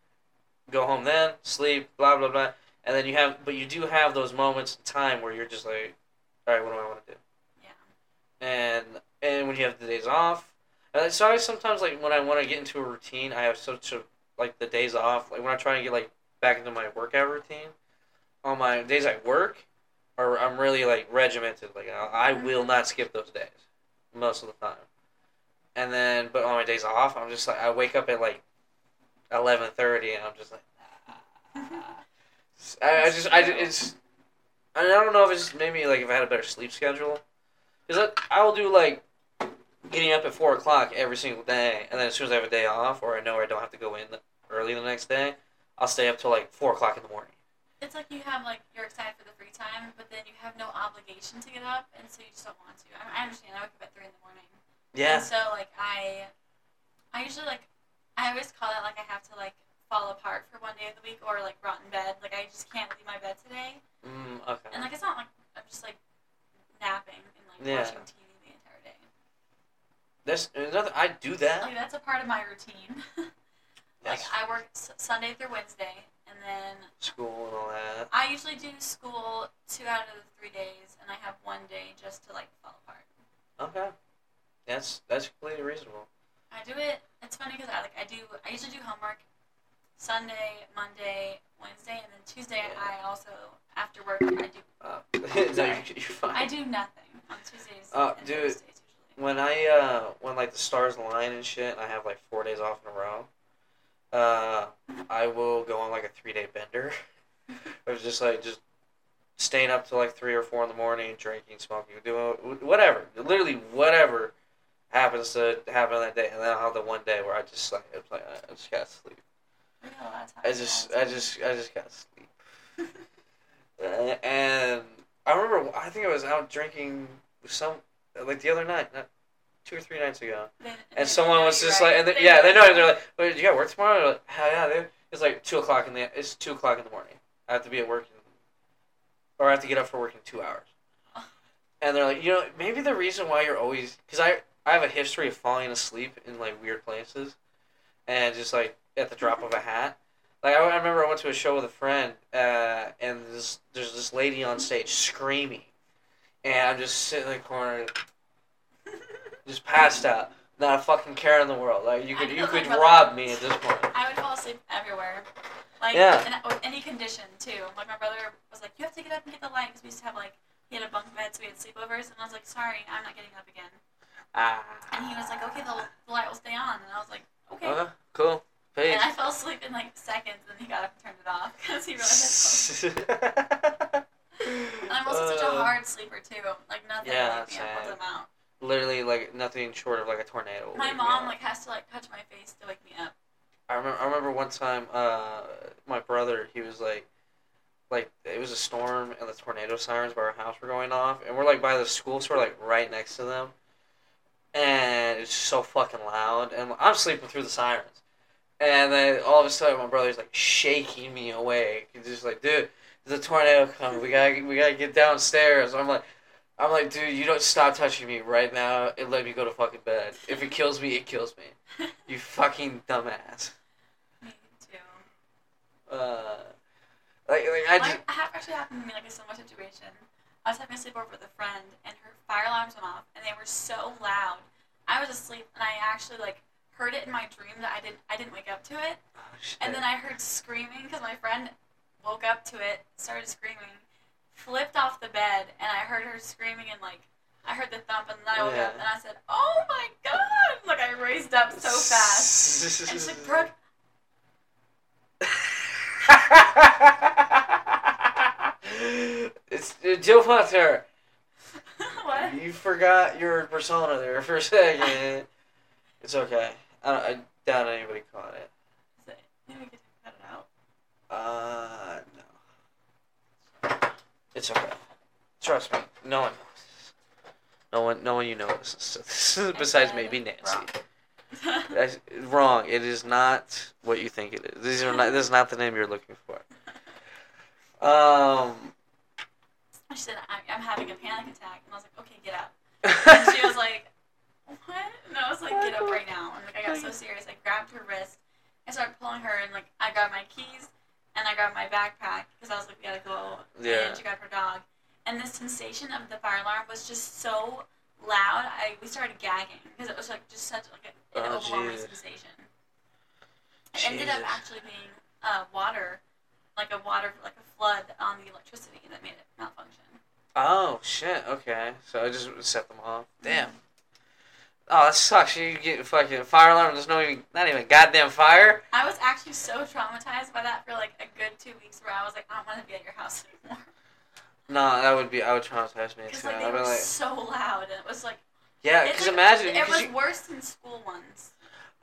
Speaker 1: go home then, sleep, blah blah blah, and then you have, but you do have those moments in time where you're just like, all right, what do I want to do?
Speaker 2: yeah.
Speaker 1: and and when you have the days off. And it's always sometimes like when I want to get into a routine, I have such a like the days off. Like when I try and get like back into my workout routine, on my days at work, or I'm really like regimented. Like I, I will not skip those days most of the time. And then, but on my days off, I'm just like I wake up at like eleven thirty, and I'm just like. Mm-hmm.
Speaker 2: uh,
Speaker 1: I, I just, I it's, I don't know if it's maybe like if I had a better sleep schedule, because I, I will do like getting up at four o'clock every single day, and then as soon as I have a day off or I know I don't have to go in the, early the next day, I'll stay up till like four o'clock in the morning.
Speaker 2: It's like you have like you're excited for the free time, but then you have no obligation to get up, and so you just don't want to. I, I understand. I wake up at three in the morning.
Speaker 1: Yeah,
Speaker 2: And so like I, I usually like, I always call that like I have to like fall apart for one day of the week or like rot in bed. Like I just can't leave my bed today.
Speaker 1: mm, okay.
Speaker 2: And like it's not like I'm just like napping and like
Speaker 1: Yeah.
Speaker 2: watching TV the entire day.
Speaker 1: There's, there's nothing I do that.
Speaker 2: Like that's a part of my routine. like
Speaker 1: That's
Speaker 2: I work s- Sunday through Wednesday, and then
Speaker 1: school and all that.
Speaker 2: I usually do school two out of the three days, and I have one day just to like fall apart.
Speaker 1: Okay, that's that's completely reasonable.
Speaker 2: I do it. It's funny because I like I do. I usually do homework Sunday, Monday, Wednesday, and then Tuesday.
Speaker 1: Yeah.
Speaker 2: I also after work I do
Speaker 1: Uh, no, you
Speaker 2: Sorry.
Speaker 1: you're fine.
Speaker 2: I do nothing on Tuesdays
Speaker 1: Uh,
Speaker 2: and
Speaker 1: dude.
Speaker 2: Thursdays usually.
Speaker 1: when I uh when like the stars align and shit, and I have like four days off in a row. Uh, I will go on like a three day bender. of just like just staying up till like three or four in the morning, drinking, smoking, doing whatever, literally whatever happens to happen on that day, and then I'll have the one day where I just like it's like I just gotta sleep.
Speaker 2: We got a lot of time.
Speaker 1: I just I just I just gotta sleep. Uh, and I remember I think I was out drinking with some like the other night, not two or three nights ago.
Speaker 2: Then-
Speaker 1: And
Speaker 2: then
Speaker 1: someone
Speaker 2: you're
Speaker 1: was just
Speaker 2: right.
Speaker 1: like, and they,
Speaker 2: Then
Speaker 1: yeah, they
Speaker 2: you're
Speaker 1: know.
Speaker 2: right.
Speaker 1: it. They're like, "Wait, you got work tomorrow?" They're like, "Hell yeah, dude!" It's like two o'clock in the. It's two o'clock in the morning. I have to be at work, in, or I have to get up for work in two hours. And they're like, you know, maybe the reason why you're always because I I have a history of falling asleep in like weird places, and just like at the drop of a hat. Like I, I remember I went to a show with a friend, uh, and this there's this lady on stage screaming, and I'm just sitting in the corner, just passed out. not a fucking care in the world. Like you could
Speaker 2: I
Speaker 1: you
Speaker 2: know,
Speaker 1: could
Speaker 2: but-
Speaker 1: rob me at this point.
Speaker 2: I would fall asleep everywhere. Like,
Speaker 1: Yeah.
Speaker 2: in, with any condition, too. Like, my brother was like, you have to get up and get the light, because we used to have, like, he had a bunk bed, so we had sleepovers, and I was like, sorry, I'm not getting up again.
Speaker 1: Ah.
Speaker 2: And he was like, okay, the, the light will stay on, and I was like,
Speaker 1: Okay,
Speaker 2: okay.
Speaker 1: Uh-huh, cool. Paige.
Speaker 2: And I fell asleep in, like, seconds, and he got up and turned it off, because he realized I fell asleep. And I'm also such a
Speaker 1: Uh,
Speaker 2: hard sleeper, too. Like, nothing
Speaker 1: yeah,
Speaker 2: yeah, would be able to
Speaker 1: same.
Speaker 2: them out.
Speaker 1: Literally, like nothing short of like a tornado. would
Speaker 2: My
Speaker 1: wake me
Speaker 2: mom,
Speaker 1: up.
Speaker 2: like, has to, like, touch my face to wake me up.
Speaker 1: I remember. I remember one time, uh, my brother. He was like, like it was a storm and the tornado sirens by our house were going off, and we're like by the school, so we're like right next to them, and it's so fucking loud, and I'm sleeping through the sirens, and then all of a sudden my brother's like shaking me awake. He's just like, dude, there's a tornado coming. We gotta we gotta get downstairs. I'm like. I'm like, dude, you don't stop touching me right now and let me go to fucking bed. If it kills me, it kills me. You fucking dumbass.
Speaker 2: me, too.
Speaker 1: Uh, like, like I just
Speaker 2: Mine- I have actually happened to me like a similar situation. I was having a sleepover with a friend, and her fire alarms went off, and they were so loud. I was asleep, and I actually like heard it in my dream that I didn't I didn't wake up to it,
Speaker 1: oh, shit.
Speaker 2: and then I heard screaming because my friend woke up to it, started screaming, flipped off the bed, and I heard her screaming and like. I heard the thump and then I woke
Speaker 1: Yeah.
Speaker 2: up and I said, "Oh my god!" Like I raised up so fast. And she's like, "Brooke,
Speaker 1: it's uh, Joe Potter.
Speaker 2: what?"
Speaker 1: You forgot your persona there for a second. it's okay. I, don't, I doubt anybody caught it.
Speaker 2: I said, Maybe we could cut it out.
Speaker 1: Uh, no. It's okay. Trust me. No one knows. No one, no one you know is besides
Speaker 2: said
Speaker 1: maybe Nancy.
Speaker 2: wrong.
Speaker 1: That's wrong. It is not what you think it is. These are not. This is not the name you're looking for. Um.
Speaker 2: She said, I'm, I'm having a panic attack. And I was like, okay, get up. And she
Speaker 1: she
Speaker 2: was like, what? And I was like, get
Speaker 1: Oh
Speaker 2: up right now. And like, I got so serious. I grabbed her wrist. I started pulling her, and like, I grabbed my keys and I grabbed my backpack because I was like, we gotta go.
Speaker 1: Yeah.
Speaker 2: And she grabbed her dog. And the sensation of the fire alarm was just so loud. I we started gagging because it was like just such like a- an
Speaker 1: Oh,
Speaker 2: overwhelming
Speaker 1: Jesus.
Speaker 2: sensation. It ended up
Speaker 1: Jesus.
Speaker 2: actually being uh, water, like a water, like a flood on the electricity that made it malfunction.
Speaker 1: oh shit. Okay. So I just set them off. Damn. Oh, that sucks. You get fucking fire alarm. There's no even not even goddamn fire.
Speaker 2: I was actually so traumatized by that for like a good two weeks where I was like, I don't want to be at your house anymore.
Speaker 1: No, that would be. I would traumatize me
Speaker 2: Because
Speaker 1: too.
Speaker 2: like they
Speaker 1: I'd be
Speaker 2: were
Speaker 1: like,
Speaker 2: so loud and it was like
Speaker 1: yeah.
Speaker 2: it's,
Speaker 1: Because
Speaker 2: like,
Speaker 1: imagine.
Speaker 2: it
Speaker 1: 'cause
Speaker 2: was
Speaker 1: you-
Speaker 2: worse than school ones.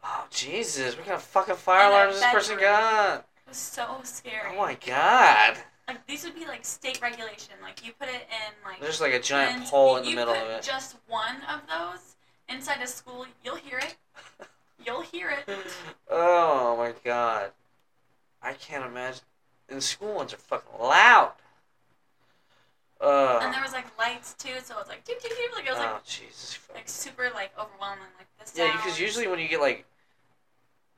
Speaker 1: oh Jesus! What kind of fucking fire
Speaker 2: In our
Speaker 1: alarm does this person
Speaker 2: bedroom.
Speaker 1: got?
Speaker 2: It was so scary.
Speaker 1: Oh my god!
Speaker 2: Like these would be like state regulation. Like you put it in like
Speaker 1: There's like a giant
Speaker 2: and
Speaker 1: pole in the
Speaker 2: you
Speaker 1: middle
Speaker 2: put
Speaker 1: of it.
Speaker 2: Just one of those inside a school, you'll hear it. You'll hear it.
Speaker 1: oh my god. I can't imagine. And school ones are fucking loud. Uh,
Speaker 2: And there was like lights too, so it's like doo doo doo. Like it was
Speaker 1: oh,
Speaker 2: like
Speaker 1: Jesus. fuck.
Speaker 2: like super like overwhelming. Like this.
Speaker 1: yeah, because usually when you get like,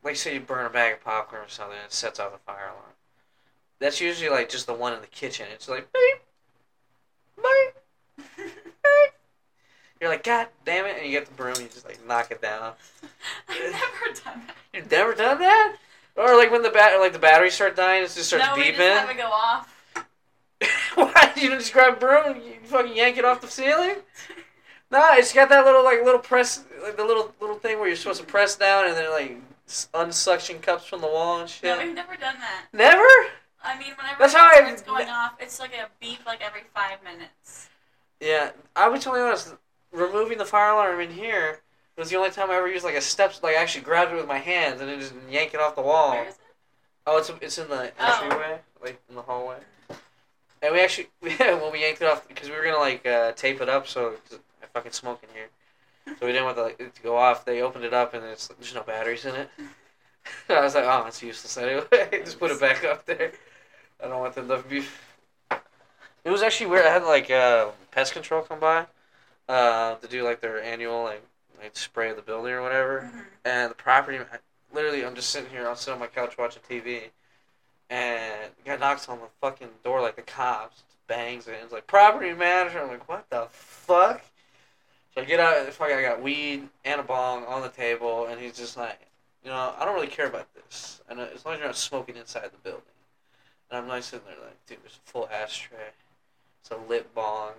Speaker 1: like say you burn a bag of popcorn or something, it sets off the fire alarm. That's usually like just the one in the kitchen. It's like beep, beep. You're like, God damn it! And you get the broom, you just like knock it down.
Speaker 2: I've never done that.
Speaker 1: You've never done that? Or like when the bat, like the batteries start dying, it just starts
Speaker 2: no, we
Speaker 1: beeping.
Speaker 2: just have it go off.
Speaker 1: Why you don't just grab a broom and you fucking yank it off the ceiling? No, it's got that little like little press, like the little little thing where you're supposed to press down and then like s- unsuction cups from the wall and shit.
Speaker 2: No, we've never done that.
Speaker 1: Never?
Speaker 2: I mean, whenever
Speaker 1: That's
Speaker 2: it
Speaker 1: how
Speaker 2: starts
Speaker 1: I-
Speaker 2: going off, it's like a beep like every five minutes.
Speaker 1: Yeah, I would totally honest. Removing the fire alarm in here was the only time I ever used like a steps, like I actually grabbed it with my hands and then just yank it off the wall.
Speaker 2: Where is it?
Speaker 1: Oh, it's it's in the
Speaker 2: Oh.
Speaker 1: entryway, like in the hallway. And we actually, when we yanked it off, because we were gonna like uh, tape it up, so 'cause I fucking smoke in here. So we didn't want the, like, it to go off. They opened it up, and it's there's no batteries in it. I was like, oh, it's useless anyway. Just put it back up there. I don't want them to be. It was actually weird. I had like uh, pest control come by uh, to do like their annual like like spray of the building or whatever
Speaker 2: Mhm.
Speaker 1: and the property. I, literally, I'm just sitting here. I'm sitting on my couch watching TV, and the guy knocks on the fucking door like the cops. Bangs and it's like property manager. I'm like, what the fuck? So I get out. Fuck, I got weed and a bong on the table, and he's just like, you know, I don't really care about this, and uh, as long as you're not smoking inside the building. And I'm like sitting there like, dude, there's a full ashtray. It's a lit bong.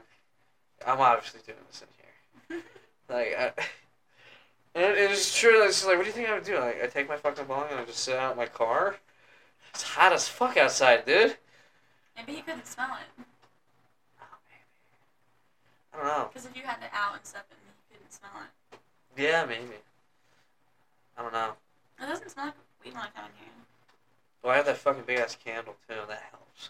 Speaker 1: I'm obviously doing this in here. Like, I, and it- it's true. It's like, what do you think I would do? Like, I take my fucking bong and I just sit out in my car. It's hot as fuck outside, dude.
Speaker 2: Maybe he couldn't smell it.
Speaker 1: I don't know.
Speaker 2: Because if you had it out and stuff and he couldn't smell it.
Speaker 1: Yeah, maybe. I don't know.
Speaker 2: It doesn't smell like weed when I come in here.
Speaker 1: Well, I have that fucking big ass candle too. and That helps.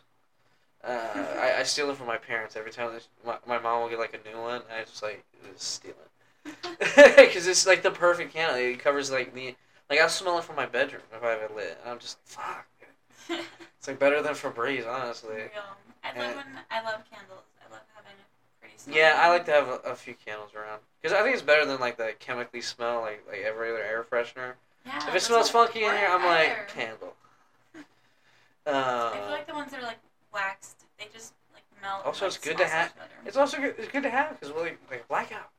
Speaker 1: Uh, I, I steal it from my parents every time. They, my, my mom will get like a new one. And I just like just steal it because it's like the perfect candle. It covers like the like I'll smell it from my bedroom if I have it lit. And I'm just fuck. dude. It's like better than Febreze, honestly.
Speaker 2: Real. I love when I love candles. I love having a pretty smell.
Speaker 1: Yeah, I like to have a, a few candles around because I think it's better than like the chemically smell like like a regular air freshener.
Speaker 2: Yeah,
Speaker 1: If it
Speaker 2: that's
Speaker 1: smells
Speaker 2: what-
Speaker 1: funky in here, I'm
Speaker 2: or
Speaker 1: like
Speaker 2: either.
Speaker 1: candle. Um,
Speaker 2: I feel
Speaker 1: Uh,
Speaker 2: like the ones that are like waxed, they just like melt.
Speaker 1: Also,
Speaker 2: and,
Speaker 1: it's
Speaker 2: like,
Speaker 1: good to
Speaker 2: smell so
Speaker 1: have-
Speaker 2: much better.
Speaker 1: it's also good, it's good to have because like like blackout.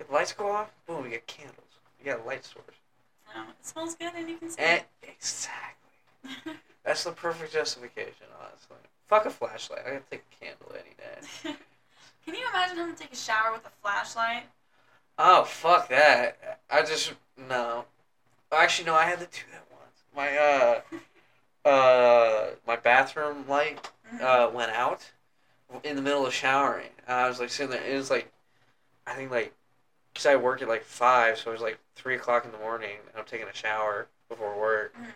Speaker 1: If lights go off, boom, we get candles. We got a light source.
Speaker 2: No, it smells good and you can see
Speaker 1: And
Speaker 2: it.
Speaker 1: exactly, that's the perfect justification. Honestly, fuck a flashlight. I gotta take a candle any day.
Speaker 2: Can you imagine having to take a shower with a flashlight?
Speaker 1: Oh fuck that! I just no. Actually, no. I had to do that once. My uh, uh, my bathroom light
Speaker 2: Mhm.
Speaker 1: uh went out in the middle of showering. And I was like sitting there. It was like, I think like, cause I work at like five, so it was like three o'clock in the morning, and I'm taking a shower before work,
Speaker 2: Mhm.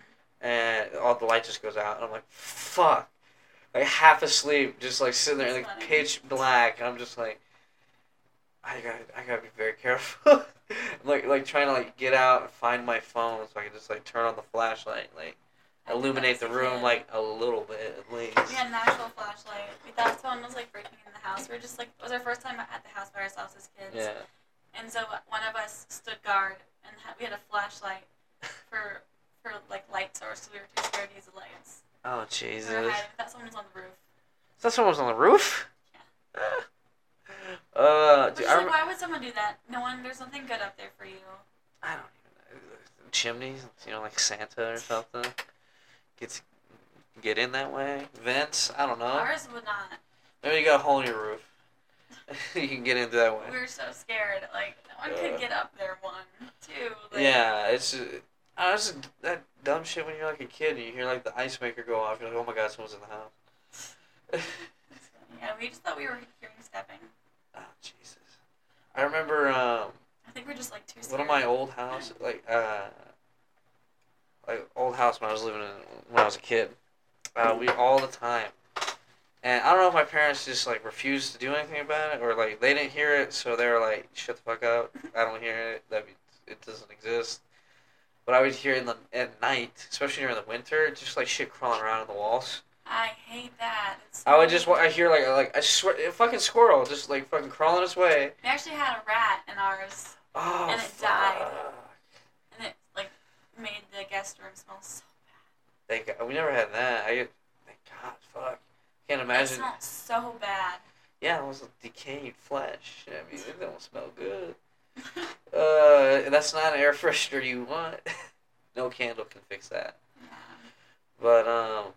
Speaker 1: and all the light just goes out, and I'm like, fuck, like half asleep, just like sitting there, like
Speaker 2: Funny.
Speaker 1: pitch black, and I'm just like. I gotta, I gotta be very careful. I'm like, like trying to like get out and find my phone so I can just like turn on the flashlight, like
Speaker 2: I think
Speaker 1: illuminate the
Speaker 2: that's
Speaker 1: room
Speaker 2: good.
Speaker 1: like a little bit at least.
Speaker 2: We had an actual flashlight. We thought someone was like breaking in the house. We were just like, it was our first time at the house by ourselves as kids.
Speaker 1: Yeah.
Speaker 2: And so one of us stood guard, and ha- we had a flashlight for for like light source. So we were too scared to use the lights.
Speaker 1: Oh
Speaker 2: We
Speaker 1: Jesus!
Speaker 2: were
Speaker 1: Is
Speaker 2: hiding. We thought someone was on the roof.
Speaker 1: that someone was on the roof? uh,
Speaker 2: Which
Speaker 1: dude,
Speaker 2: is
Speaker 1: I,
Speaker 2: like,
Speaker 1: rem-
Speaker 2: why would someone do that? No one, there's nothing good up there for you.
Speaker 1: I don't even know. Chimneys, you know, like Santa or something. Gets get in that way. Vents. I don't know.
Speaker 2: Ours would not.
Speaker 1: Maybe you got a hole in your roof. you can get into that way.
Speaker 2: We were so scared. Like no one
Speaker 1: Yeah.
Speaker 2: could get up there. One, two. Like,
Speaker 1: Yeah, it's uh, I was that dumb shit when you're like a kid and you hear like the ice maker go off. You're like, oh my god, someone's in the house.
Speaker 2: Yeah, we just thought we were hearing stepping.
Speaker 1: oh Jesus! I remember um,
Speaker 2: I think we're just like too scared.
Speaker 1: one of my old house, like uh, like old house when I was living in when I was a kid. Uh, we all the time, and I don't know if my parents just like refused to do anything about it or like they didn't hear it, so they were like, "Shut the fuck up! I don't hear it. That be, it doesn't exist." But I would hear in the at night, especially during the winter, just like shit crawling around on the walls.
Speaker 2: I hate that. It's
Speaker 1: Oh, I would just wa- I hear like like I swear a fucking squirrel just like fucking crawling its way.
Speaker 2: We actually had a rat in ours,
Speaker 1: Oh,
Speaker 2: And it died.
Speaker 1: fuck.
Speaker 2: and it like made the guest room smell so.
Speaker 1: Thank God. We never had that. I thank God. Fuck. Can't
Speaker 2: It
Speaker 1: imagine.
Speaker 2: smelled so bad.
Speaker 1: Yeah, it was decayed flesh. I mean, it don't smell good. Uh, that's not an air freshener you want. no candle can fix that.
Speaker 2: Yeah.
Speaker 1: But um,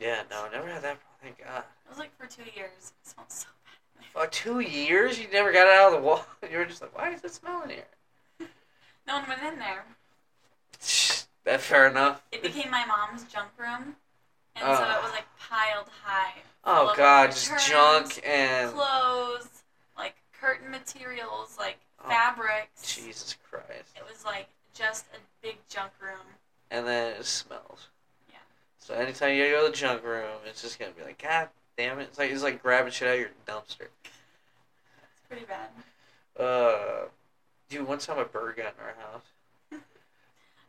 Speaker 1: yeah, no, I never had that. problem. Thank God.
Speaker 2: It was like for two years. It smelled so bad.
Speaker 1: Fuck, two years you never got it out of the wall. You were just like, why is it smelling here?
Speaker 2: No one went in there.
Speaker 1: That's fair enough.
Speaker 2: It became my mom's junk room, and so
Speaker 1: Ugh.
Speaker 2: it was like piled high.
Speaker 1: Oh
Speaker 2: Look,
Speaker 1: God, just
Speaker 2: returns,
Speaker 1: junk and
Speaker 2: Clothes, like curtain materials, like
Speaker 1: Oh,
Speaker 2: fabrics.
Speaker 1: Jesus Christ.
Speaker 2: It was like just a big junk room.
Speaker 1: and then it smells.
Speaker 2: Yeah.
Speaker 1: So anytime you go to the junk room, it's just gonna be like, God damn it! It's like it's like grabbing shit out of your dumpster.
Speaker 2: It's pretty bad.
Speaker 1: Uh, dude, one time a bird got in our house.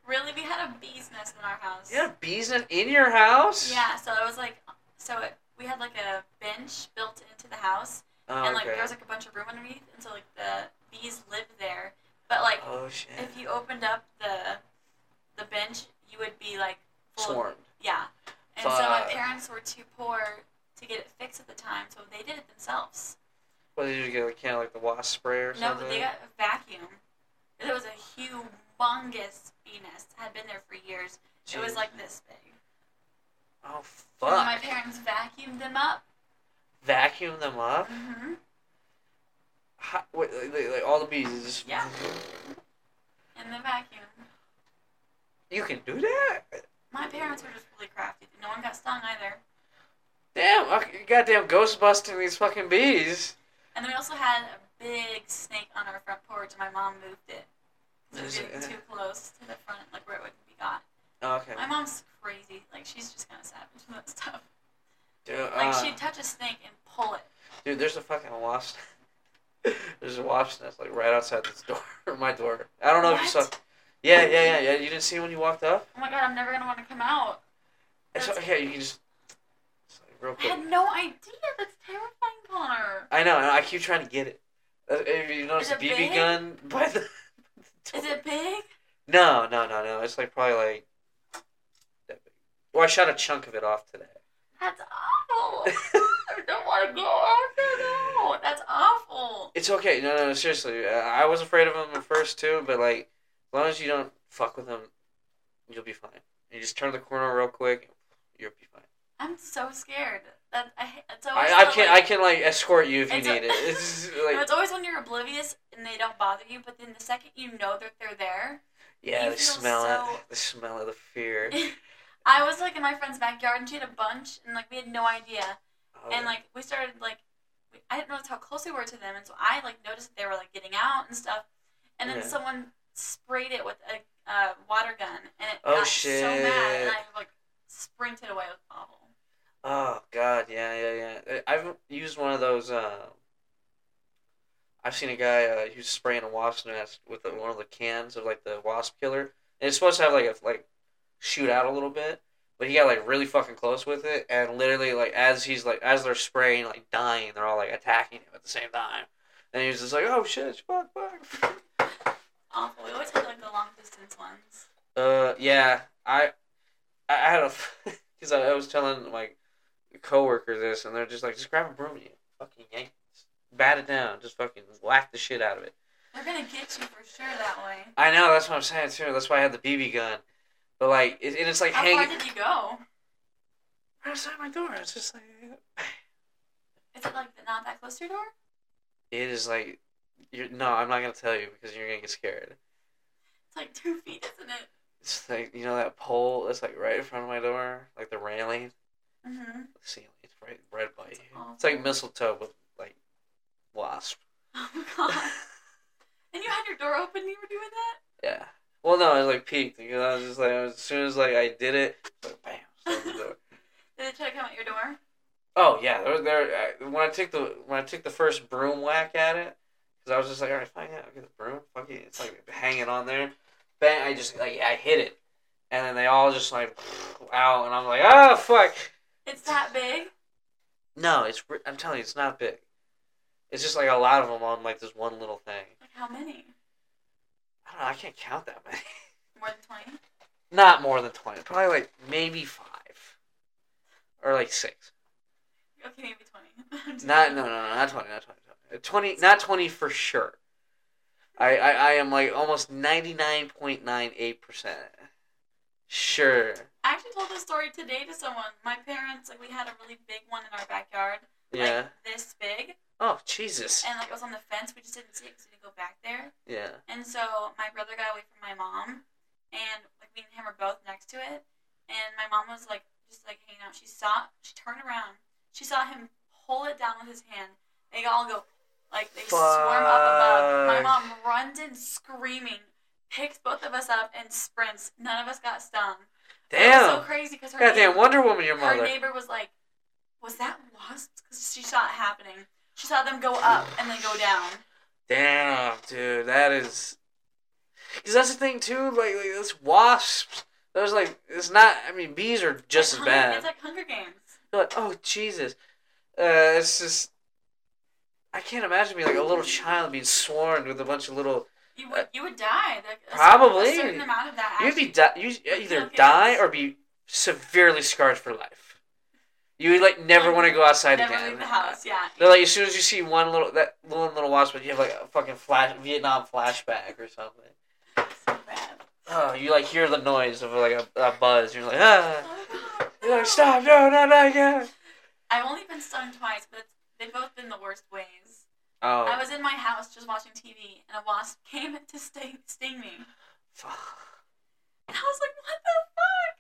Speaker 2: Really, we had a bee's nest in our house.
Speaker 1: You had bees in, in your house?
Speaker 2: Yeah, so it was like, so it, we had like a bench built into the house,
Speaker 1: Oh,
Speaker 2: and like
Speaker 1: okay.
Speaker 2: there was like a bunch of room underneath, and so like the bees lived there. But like,
Speaker 1: oh shit.
Speaker 2: if you opened up the the bench, you would be like full of-
Speaker 1: Swarmed.
Speaker 2: yeah. And so my
Speaker 1: Fuck.
Speaker 2: parents were too poor to get it fixed at the time, so they did it themselves.
Speaker 1: What did you get? Like, kind of like the wasp spray or
Speaker 2: No,
Speaker 1: something?
Speaker 2: but they got a vacuum. It was a humongous bee nest. Had been there for years. It was
Speaker 1: Jeez.
Speaker 2: like this big.
Speaker 1: Oh,
Speaker 2: And
Speaker 1: fuck.
Speaker 2: my parents vacuumed them up.
Speaker 1: Vacuum them up?
Speaker 2: hmm
Speaker 1: How, wait, like, like, like all the bees is just.
Speaker 2: Yeah. In the vacuum.
Speaker 1: You can do that?
Speaker 2: My parents were just really crafty. No one got stung either.
Speaker 1: Damn, okay, goddamn ghost busting these fucking bees.
Speaker 2: And then we also had a big snake on our front porch, and my mom moved it. So it was
Speaker 1: Is it-
Speaker 2: getting too close to the front, like where it wouldn't be got.
Speaker 1: Okay.
Speaker 2: My mom's crazy. Like, she's just kind of savage with that stuff.
Speaker 1: Dude,
Speaker 2: Like,
Speaker 1: uh,
Speaker 2: she'd touch a snake and pull it.
Speaker 1: dude, there's a fucking wasp. there's a wasp nest like right outside this door, my door. I don't know if you saw.
Speaker 2: What?
Speaker 1: Yeah, yeah, yeah, yeah. You didn't see it when you walked up.
Speaker 2: Oh my god, I'm never gonna want to come out.
Speaker 1: It's
Speaker 2: That's-
Speaker 1: okay. You can just it's like real
Speaker 2: I
Speaker 1: quick.
Speaker 2: had no idea. That's terrifying, Connor.
Speaker 1: I know. and I keep trying to get it. Uh, If you notice,
Speaker 2: Is
Speaker 1: the
Speaker 2: it
Speaker 1: BB
Speaker 2: big?
Speaker 1: gun by the. the
Speaker 2: Is
Speaker 1: door.
Speaker 2: it big?
Speaker 1: No, no, no, no. It's like probably like. that big. Well, I shot a chunk of it off today.
Speaker 2: That's awful. I don't want to go out there now. That's awful.
Speaker 1: It's okay. No, no, no seriously. Uh, I I was afraid of them at first too, but like, as long as you don't fuck with them, you'll be fine. You just turn the corner real quick, you'll be fine.
Speaker 2: I'm so scared. That I. ha- It's always
Speaker 1: I, I
Speaker 2: the,
Speaker 1: can I
Speaker 2: like-
Speaker 1: can like escort you if you
Speaker 2: It's o-
Speaker 1: need it. It's just,
Speaker 2: No,
Speaker 1: like
Speaker 2: it's always when you're oblivious and they don't bother you, but then the second you know that they're there,
Speaker 1: yeah,
Speaker 2: you
Speaker 1: they
Speaker 2: feel
Speaker 1: smell it.
Speaker 2: so-
Speaker 1: They smell of the fear.
Speaker 2: I was like in my friend's backyard and she had a bunch and like we had no idea
Speaker 1: Oh,
Speaker 2: and like we started like we, I didn't notice how close we were to them and so I like noticed that they were like getting out and stuff and then
Speaker 1: Yeah.
Speaker 2: someone sprayed it with a uh, water gun and it
Speaker 1: Oh,
Speaker 2: got so mad and
Speaker 1: shit.
Speaker 2: I like sprinted away with awful.
Speaker 1: oh god, yeah, yeah, yeah. I- I've used one of those. Uh, I've seen a guy uh, who's spraying a wasp nest with the, one of the cans of like the wasp killer. And it's supposed to have like a like shoot out a little bit, but he got like really fucking close with it, and literally like as he's like as they're spraying like dying, they're all like attacking him at the same time. And he was just like, "Oh shit, fuck, fuck."
Speaker 2: Awful. We always had like the long distance ones.
Speaker 1: Uh, yeah, I, I I had a, because I, I was telling my coworker this, and they're just like, just grab a broom, and you fucking yank, just bat it down, just fucking whack the shit out of it.
Speaker 2: They're gonna get you for sure that way.
Speaker 1: I know that's what I'm saying too. That's why I had the BB gun, but like, it, and it's like
Speaker 2: How far
Speaker 1: hanging
Speaker 2: did you go?
Speaker 1: right outside my door. It's just like
Speaker 2: Is it like not that close to your door?
Speaker 1: it is like, you're no, I'm not gonna tell you because you're gonna get scared.
Speaker 2: It's like two feet, isn't it?
Speaker 1: It's like you know that pole that's like right in front of my door, like the railing,
Speaker 2: Mm-hmm.
Speaker 1: the ceiling, it's right, right by you. It's
Speaker 2: awful.
Speaker 1: like mistletoe with like wasp.
Speaker 2: Oh my god. and you had your door open and you were doing that?
Speaker 1: Yeah. Well, no, I was like peaked because I was just like, as soon as like I did it, like bam. slammed the door.
Speaker 2: Did it try to come at your door?
Speaker 1: Oh yeah, there, there. I, when I took the when I took the first broom whack at it, because I was just like, all right, fine, yeah, I'll get the broom. Fuck it, it's like hanging on there. Bang! I just like I hit it, and then they all just like out, and I'm like, oh fuck.
Speaker 2: It's that big?
Speaker 1: No, it's re- I'm telling you, it's not big. It's just like a lot of them on like this one little thing.
Speaker 2: Like how many?
Speaker 1: I don't know. I can't count that many.
Speaker 2: More than 20?
Speaker 1: Not more than twenty. Probably like maybe five, or like six.
Speaker 2: Okay, maybe 20. I'm just
Speaker 1: Not
Speaker 2: kidding.
Speaker 1: no no no not twenty not twenty not twenty Twenty- not twenty for sure. I I, I am like almost ninety nine point nine eight percent sure.
Speaker 2: I actually told this story today to someone. My parents, like, we had a really big one in our backyard.
Speaker 1: Yeah.
Speaker 2: Like, this big.
Speaker 1: Oh Jesus.
Speaker 2: And, like, it was on the fence. We just didn't see it because we didn't go back there.
Speaker 1: Yeah.
Speaker 2: And so my brother got away from my mom, and like me and him were both next to it. And my mom was like just like hanging out. She saw, she turned around, she saw him pull it down with his hand. They all go like they swarm up above. My
Speaker 1: Fuck.
Speaker 2: mom runs in screaming, picks both of us up, and sprints. None of us got stung. It was so
Speaker 1: Damn.
Speaker 2: crazy because her
Speaker 1: Goddamn
Speaker 2: neighbor-
Speaker 1: Wonder Woman, your
Speaker 2: her
Speaker 1: mother.
Speaker 2: neighbor was like, "Was that wasps?" Because she saw it happening. She saw them go up and then go down.
Speaker 1: Damn, dude, that is. Because that's the thing too. Like, like this wasps. Those like it's not. I mean, bees are just as
Speaker 2: Hun-
Speaker 1: bad.
Speaker 2: It's like Hunger Games.
Speaker 1: You're like, oh Jesus, uh, it's just. I can't imagine being like a little child being swarmed with a bunch of little.
Speaker 2: You would you would die. Like, a cer-
Speaker 1: Probably.
Speaker 2: a certain amount of that.
Speaker 1: You'd be
Speaker 2: actually-
Speaker 1: di- you
Speaker 2: Okay,
Speaker 1: either
Speaker 2: okay.
Speaker 1: die or be severely scarred for life. You would, like never want to go outside
Speaker 2: Never
Speaker 1: again.
Speaker 2: leave the house. Yeah.
Speaker 1: They're like as soon as you see one little that one little watch, but you have like a fucking flash Vietnam flashback or something.
Speaker 2: so bad.
Speaker 1: Oh, you like hear the noise of like a, a buzz. You're like ah.
Speaker 2: Oh my God,
Speaker 1: You're
Speaker 2: no.
Speaker 1: like stop! No, no, no, yeah.
Speaker 2: I've only been stung twice, but it's, they've both been the worst ways.
Speaker 1: Oh,
Speaker 2: I was in my house just watching TV, and a wasp came to sting, sting me.
Speaker 1: fuck.
Speaker 2: And I was like, what the fuck?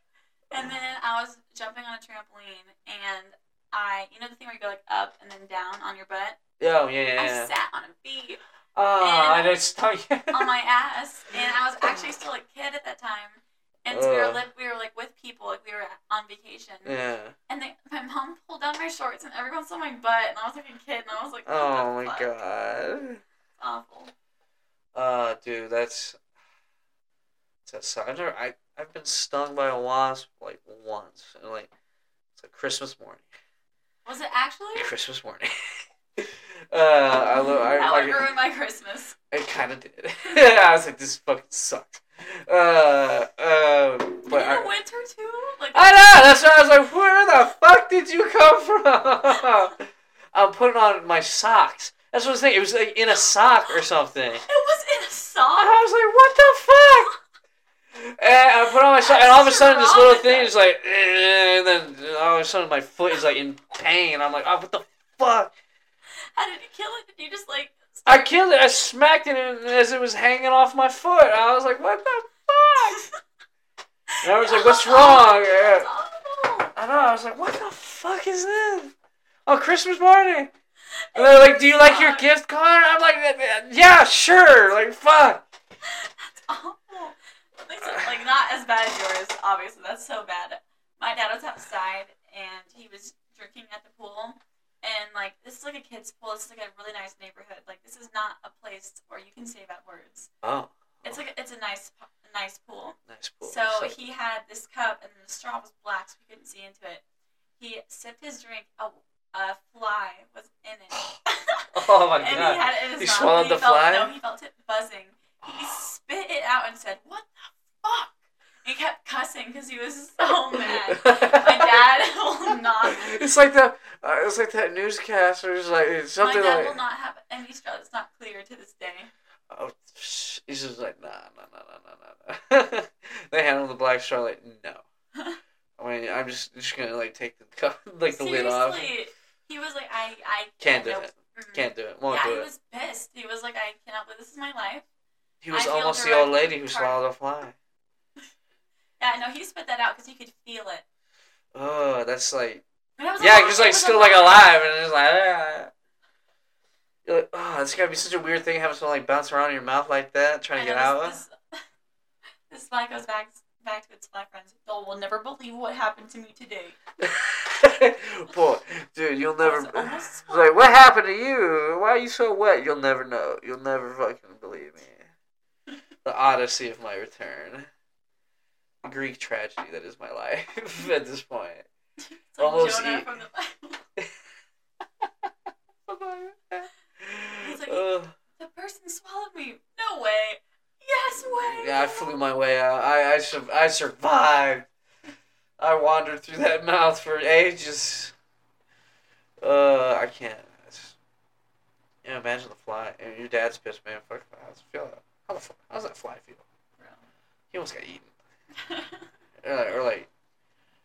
Speaker 2: And then I was jumping on a trampoline, and I, you know, the thing where you go like up and then down on your butt?
Speaker 1: Oh yeah, yeah.
Speaker 2: I
Speaker 1: yeah.
Speaker 2: sat on a bee
Speaker 1: Oh,
Speaker 2: and-
Speaker 1: and it's stung.
Speaker 2: on my ass, and I was actually still a kid at that time. And so we were,
Speaker 1: Ugh.
Speaker 2: li- we were like with people, like we were at- on vacation.
Speaker 1: yeah.
Speaker 2: And they, my mom pulled down my shorts, and everyone saw my butt, and I was like a kid, and I was like, what
Speaker 1: Oh
Speaker 2: the
Speaker 1: my
Speaker 2: fuck?
Speaker 1: god.
Speaker 2: Awful.
Speaker 1: Uh, dude, that's that sucks. I've never, I I've been stung by a wasp like once, and like it's like Christmas morning.
Speaker 2: Was it actually?
Speaker 1: Christmas morning. uh, I lo- I,
Speaker 2: that would
Speaker 1: I,
Speaker 2: ruin my Christmas.
Speaker 1: it kind of did. I was like, this fucking sucks. Uh, uh,
Speaker 2: In
Speaker 1: but
Speaker 2: the
Speaker 1: I,
Speaker 2: winter too? Like
Speaker 1: I know. That's why I was like, where the fuck did you come from? I'm putting on my socks. That's what I was thinking. It was like in a sock or something.
Speaker 2: it was in a
Speaker 1: And
Speaker 2: sock.
Speaker 1: I was like, what the fuck? And I put on my sock, and all of a sudden, this little thing is like, eh, and then all of a sudden, my foot is like in pain. I'm like, oh, what the fuck?
Speaker 2: How did you kill it? Did you just like?
Speaker 1: I killed it. I smacked it as it was hanging off my foot. I was like, what the fuck? And I was like, what's wrong?
Speaker 2: That's
Speaker 1: And
Speaker 2: awful.
Speaker 1: I know. I was like, what the fuck is this? Oh, Christmas morning. And they're like, do you like your gift card? I'm like, yeah, sure. Like, fuck.
Speaker 2: That's awful. That makes it Oh, like not as bad as yours. Obviously, that's so bad. My dad was outside and he was drinking at the pool, and like this is like a kid's pool. This is like a really nice neighborhood. Like this is not a place where you can say bad words.
Speaker 1: Oh,
Speaker 2: It's like it's a nice, nice pool.
Speaker 1: nice pool.
Speaker 2: So he had this cup, and the straw was black, so we couldn't see into it. He sipped his drink. A, a fly was in it.
Speaker 1: oh my
Speaker 2: and he
Speaker 1: god.
Speaker 2: had it in his
Speaker 1: He
Speaker 2: mouth,
Speaker 1: swallowed
Speaker 2: and
Speaker 1: the
Speaker 2: he felt,
Speaker 1: fly?
Speaker 2: No, he felt it buzzing. He spit it out and said, "What the fuck?" He kept cussing because he was so mad. My dad will not.
Speaker 1: It's like that. Uh, it's like that newscaster. It's like it's
Speaker 2: My
Speaker 1: something
Speaker 2: dad
Speaker 1: like.
Speaker 2: will not have any straw. It's not clear to this day.
Speaker 1: Oh, sh- he's just like nah, nah, nah, nah, nah, nah. nah." they handle the black straw like no. I mean, I'm just just gonna like take the cup, like the lid off.
Speaker 2: Seriously, he was like, "I, I
Speaker 1: Can't do
Speaker 2: nope.
Speaker 1: it.
Speaker 2: Mm-mm.
Speaker 1: Can't do it. Won't
Speaker 2: yeah,
Speaker 1: do
Speaker 2: he
Speaker 1: it.
Speaker 2: was pissed. He was like, I cannot believe this is my life.
Speaker 1: he was
Speaker 2: I feel
Speaker 1: almost the old
Speaker 2: directly
Speaker 1: lady who
Speaker 2: hurt.
Speaker 1: swallowed a fly.
Speaker 2: Yeah, no, he spit that out because he could feel it.
Speaker 1: Oh, that's like
Speaker 2: And it was
Speaker 1: yeah,
Speaker 2: alive.
Speaker 1: he's
Speaker 2: It
Speaker 1: like
Speaker 2: was
Speaker 1: still like alive, and it's like. Ah. You're like, oh, that's gotta be such a weird thing having someone like bounce around in your mouth like that, trying
Speaker 2: I
Speaker 1: to get
Speaker 2: know,
Speaker 1: out.
Speaker 2: This, this, this slide goes back back to its fly friends. Y'all will never believe what happened to me today.
Speaker 1: Boy, dude, you'll
Speaker 2: I
Speaker 1: never.
Speaker 2: was almost-
Speaker 1: It's like, what happened to you? Why are you so wet? You'll never know. You'll never fucking believe me. The Odyssey of my return. The Greek tragedy that is my life at this point.
Speaker 2: It's like
Speaker 1: Almost
Speaker 2: Jonah
Speaker 1: eat-
Speaker 2: from the Bible. He's like,
Speaker 1: Ugh.
Speaker 2: The person swallowed me. No way. Yes way.
Speaker 1: yeah, I flew my way out. I I, sur- I survived. I wandered through that mouth for ages. Uh, I can't. It's- yeah, imagine the fly. And your dad's pissed, man. Fuck, how's it feel? How the fuck? How's that fly feel? He almost got eaten. Or
Speaker 2: well,
Speaker 1: like, or like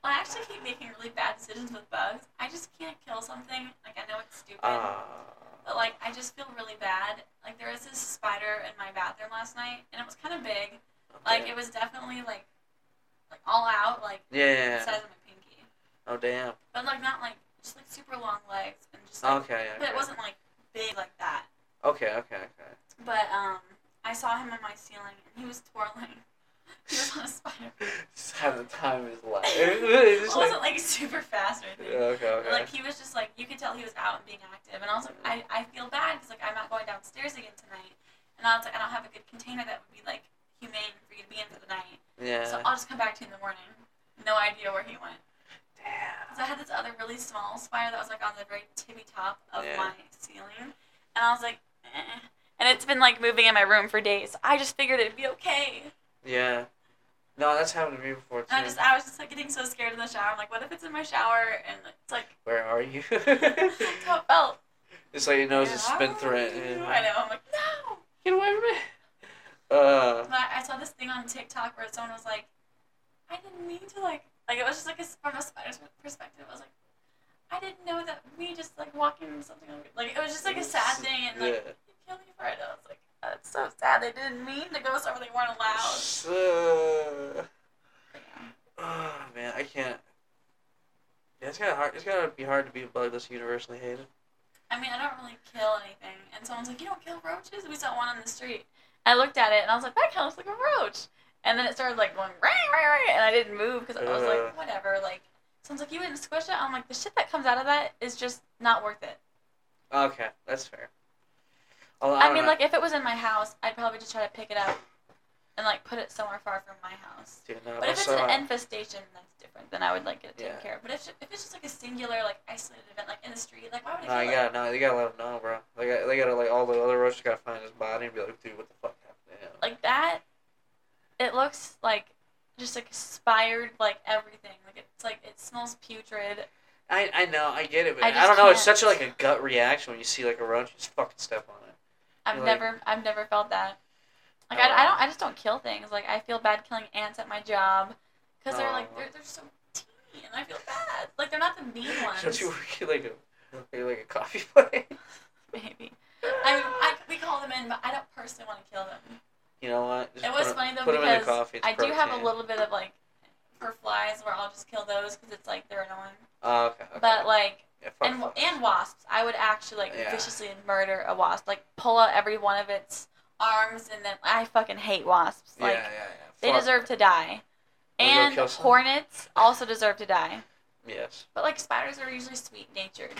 Speaker 2: I actually keep making really bad decisions with bugs. I just can't kill something. Like I know it's stupid.
Speaker 1: ah.
Speaker 2: But like I just feel really bad. Like there was this spider in my bathroom last night and it was kinda big.
Speaker 1: Oh,
Speaker 2: Like
Speaker 1: damn.
Speaker 2: it was definitely like like all out, like the
Speaker 1: Yeah.
Speaker 2: size of my pinky.
Speaker 1: Oh damn.
Speaker 2: But like not like just like super long legs and just like
Speaker 1: Okay.
Speaker 2: but
Speaker 1: Okay.
Speaker 2: it wasn't like big like that.
Speaker 1: Okay. Okay. Okay.
Speaker 2: But um I saw him on my ceiling and he was twirling. He was on a spider.
Speaker 1: Just having the time of his life.
Speaker 2: it
Speaker 1: It's just like-
Speaker 2: wasn't like super fast or
Speaker 1: Yeah,
Speaker 2: anything.
Speaker 1: okay.
Speaker 2: But,
Speaker 1: Okay.
Speaker 2: Like he was just like you could tell he was out and being active, and I was like I, I feel bad because like I'm not going downstairs again tonight, and I was like I don't have a good container that would be like humane for you to be in for the night, so
Speaker 1: yeah.
Speaker 2: I'll just come back to you in the morning. No idea where he went.
Speaker 1: Damn.
Speaker 2: So I had this other really small spider that was like on the very tippy top of
Speaker 1: Yeah.
Speaker 2: my ceiling, and I was like, eh. and it's been like moving in my room for days. I just figured it'd be okay.
Speaker 1: Yeah. No, that's happened to me before too.
Speaker 2: And I just I was just like getting so scared in the shower. I'm like, what if it's in my shower and it's like
Speaker 1: Where are you?
Speaker 2: like top belt?
Speaker 1: it's like your nose is
Speaker 2: Yeah.
Speaker 1: spin through it.
Speaker 2: I
Speaker 1: and-
Speaker 2: know. I'm like, no.
Speaker 1: Get away from me. Uh,
Speaker 2: But I, I saw this thing on TikTok where someone was like, I didn't mean to like like it was just like a, s- from a spider's perspective. I was like, I didn't know that we just like walking into something like, like it was just like a sad thing and like
Speaker 1: yeah.
Speaker 2: you killed me for it. I was like, that's so sad. They didn't mean to go somewhere they weren't allowed.
Speaker 1: So- oh man, I can't. Yeah, it's kind of hard. It's gonna be hard to be a bug that's universally hated.
Speaker 2: I mean, I don't really kill anything. And someone's like, You don't kill roaches? We saw one on the street. I looked at it and I was like, That kind of looks like a roach. And then it started like going, right, right, right. And I didn't move because I was
Speaker 1: Uh.
Speaker 2: like, Whatever. Like, someone's like, You wouldn't squish it? I'm like, The shit that comes out of that is just not worth it.
Speaker 1: Okay, that's fair. Although,
Speaker 2: I,
Speaker 1: don't
Speaker 2: mean,
Speaker 1: know.
Speaker 2: like, if it was in my house, I'd probably just try to pick it up and like put it somewhere far from my house.
Speaker 1: Dude, no,
Speaker 2: But if it's
Speaker 1: also,
Speaker 2: an
Speaker 1: uh,
Speaker 2: infestation, that's different. Then I would like get it taken
Speaker 1: Yeah.
Speaker 2: care of. But if, if it's just like a singular, like isolated event, like in the street, like why would
Speaker 1: No,
Speaker 2: I kill
Speaker 1: you
Speaker 2: it?
Speaker 1: gotta no, you gotta let him know, bro. They got they gotta like all the other roaches gotta find his body and be like, dude, what the fuck happened? to him?"
Speaker 2: like that it looks like just like expired like everything like it's like it smells putrid
Speaker 1: I I know, I get it, but
Speaker 2: I
Speaker 1: I,
Speaker 2: just
Speaker 1: don't know. It's
Speaker 2: can't.
Speaker 1: such a, like a gut reaction when you see like a roach, you just fucking step on it.
Speaker 2: i've
Speaker 1: Like- Oh.
Speaker 2: never i've never felt that like I, I don't i just don't kill things like i feel bad killing ants at my job because they're like
Speaker 1: Oh.
Speaker 2: they're, they're so teeny and i feel bad like they're not the mean
Speaker 1: Don't
Speaker 2: ones
Speaker 1: you work at, like a like a coffee place?
Speaker 2: maybe i mean I, we call them in but i don't personally want to kill them
Speaker 1: You know what? Just
Speaker 2: it was
Speaker 1: put 'em-
Speaker 2: funny though
Speaker 1: put 'em in
Speaker 2: because
Speaker 1: the coffee. It's
Speaker 2: i do have a
Speaker 1: protein.
Speaker 2: little bit of like for flies where i'll just kill those because it's like they're annoying
Speaker 1: Oh, okay, okay.
Speaker 2: but like
Speaker 1: yeah, fuck
Speaker 2: and
Speaker 1: flies.
Speaker 2: and wasps. I would actually like
Speaker 1: Yeah.
Speaker 2: viciously murder a wasp, like pull out every one of its arms, and then I fucking hate wasps.
Speaker 1: yeah,
Speaker 2: Like
Speaker 1: yeah, yeah.
Speaker 2: they
Speaker 1: Fuck.
Speaker 2: deserve to die,
Speaker 1: Wanna go
Speaker 2: and
Speaker 1: kill some?
Speaker 2: hornets also deserve to die.
Speaker 1: Yes.
Speaker 2: But like spiders are usually sweet natured.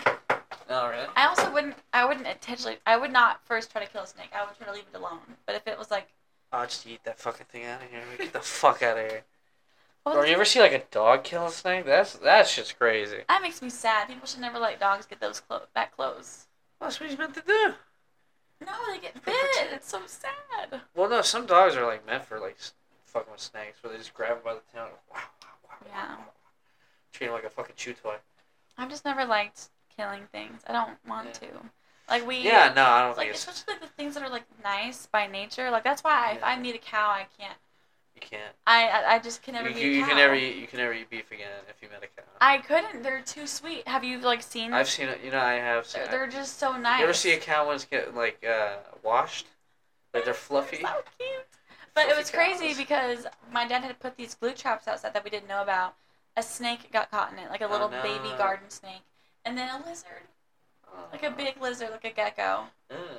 Speaker 1: All right.
Speaker 2: I also wouldn't. I wouldn't intentionally. I would not first try to kill a snake. I would try to leave it alone. But if it was like,
Speaker 1: I'll just eat that fucking thing out of here. Get the fuck out of here.
Speaker 2: what
Speaker 1: Or
Speaker 2: was
Speaker 1: you
Speaker 2: it?
Speaker 1: ever see like a dog kill a snake? That's that's just crazy.
Speaker 2: that makes me sad. People should never let dogs get those clo- that close.
Speaker 1: That's what he's meant to do.
Speaker 2: No, they get bit. It's so sad.
Speaker 1: Well, no, some dogs are like meant for like s- fucking with snakes, where they just grab them by the tail. And, wow, wow, wow,
Speaker 2: Yeah.
Speaker 1: wow, wow. Treat them like a fucking chew toy.
Speaker 2: I've just never liked killing things. I don't want to. Like we
Speaker 1: Yeah, no, I don't
Speaker 2: like
Speaker 1: think it's,
Speaker 2: especially like the things that are like nice by nature. Like that's why if I
Speaker 1: Yeah.
Speaker 2: meet a cow, I can't.
Speaker 1: you can't.
Speaker 2: I I, I just can never
Speaker 1: you,
Speaker 2: be
Speaker 1: you,
Speaker 2: a
Speaker 1: you
Speaker 2: cow.
Speaker 1: can never eat, you can never eat beef again if you met a cow.
Speaker 2: I couldn't. They're too sweet. Have you like seen?
Speaker 1: I've seen it. You know, I have seen.
Speaker 2: they're,
Speaker 1: it.
Speaker 2: they're just so nice.
Speaker 1: You ever see a cow when it's getting like uh, washed? Like they're fluffy.
Speaker 2: so cute. But it
Speaker 1: Fluffy
Speaker 2: was crazy
Speaker 1: cows.
Speaker 2: because my dad had put these glue traps outside that we didn't know about. A snake got caught in it, like a
Speaker 1: Oh,
Speaker 2: little
Speaker 1: no. Oh.
Speaker 2: baby garden snake, and then a lizard, like a big lizard, like a gecko.
Speaker 1: Mm.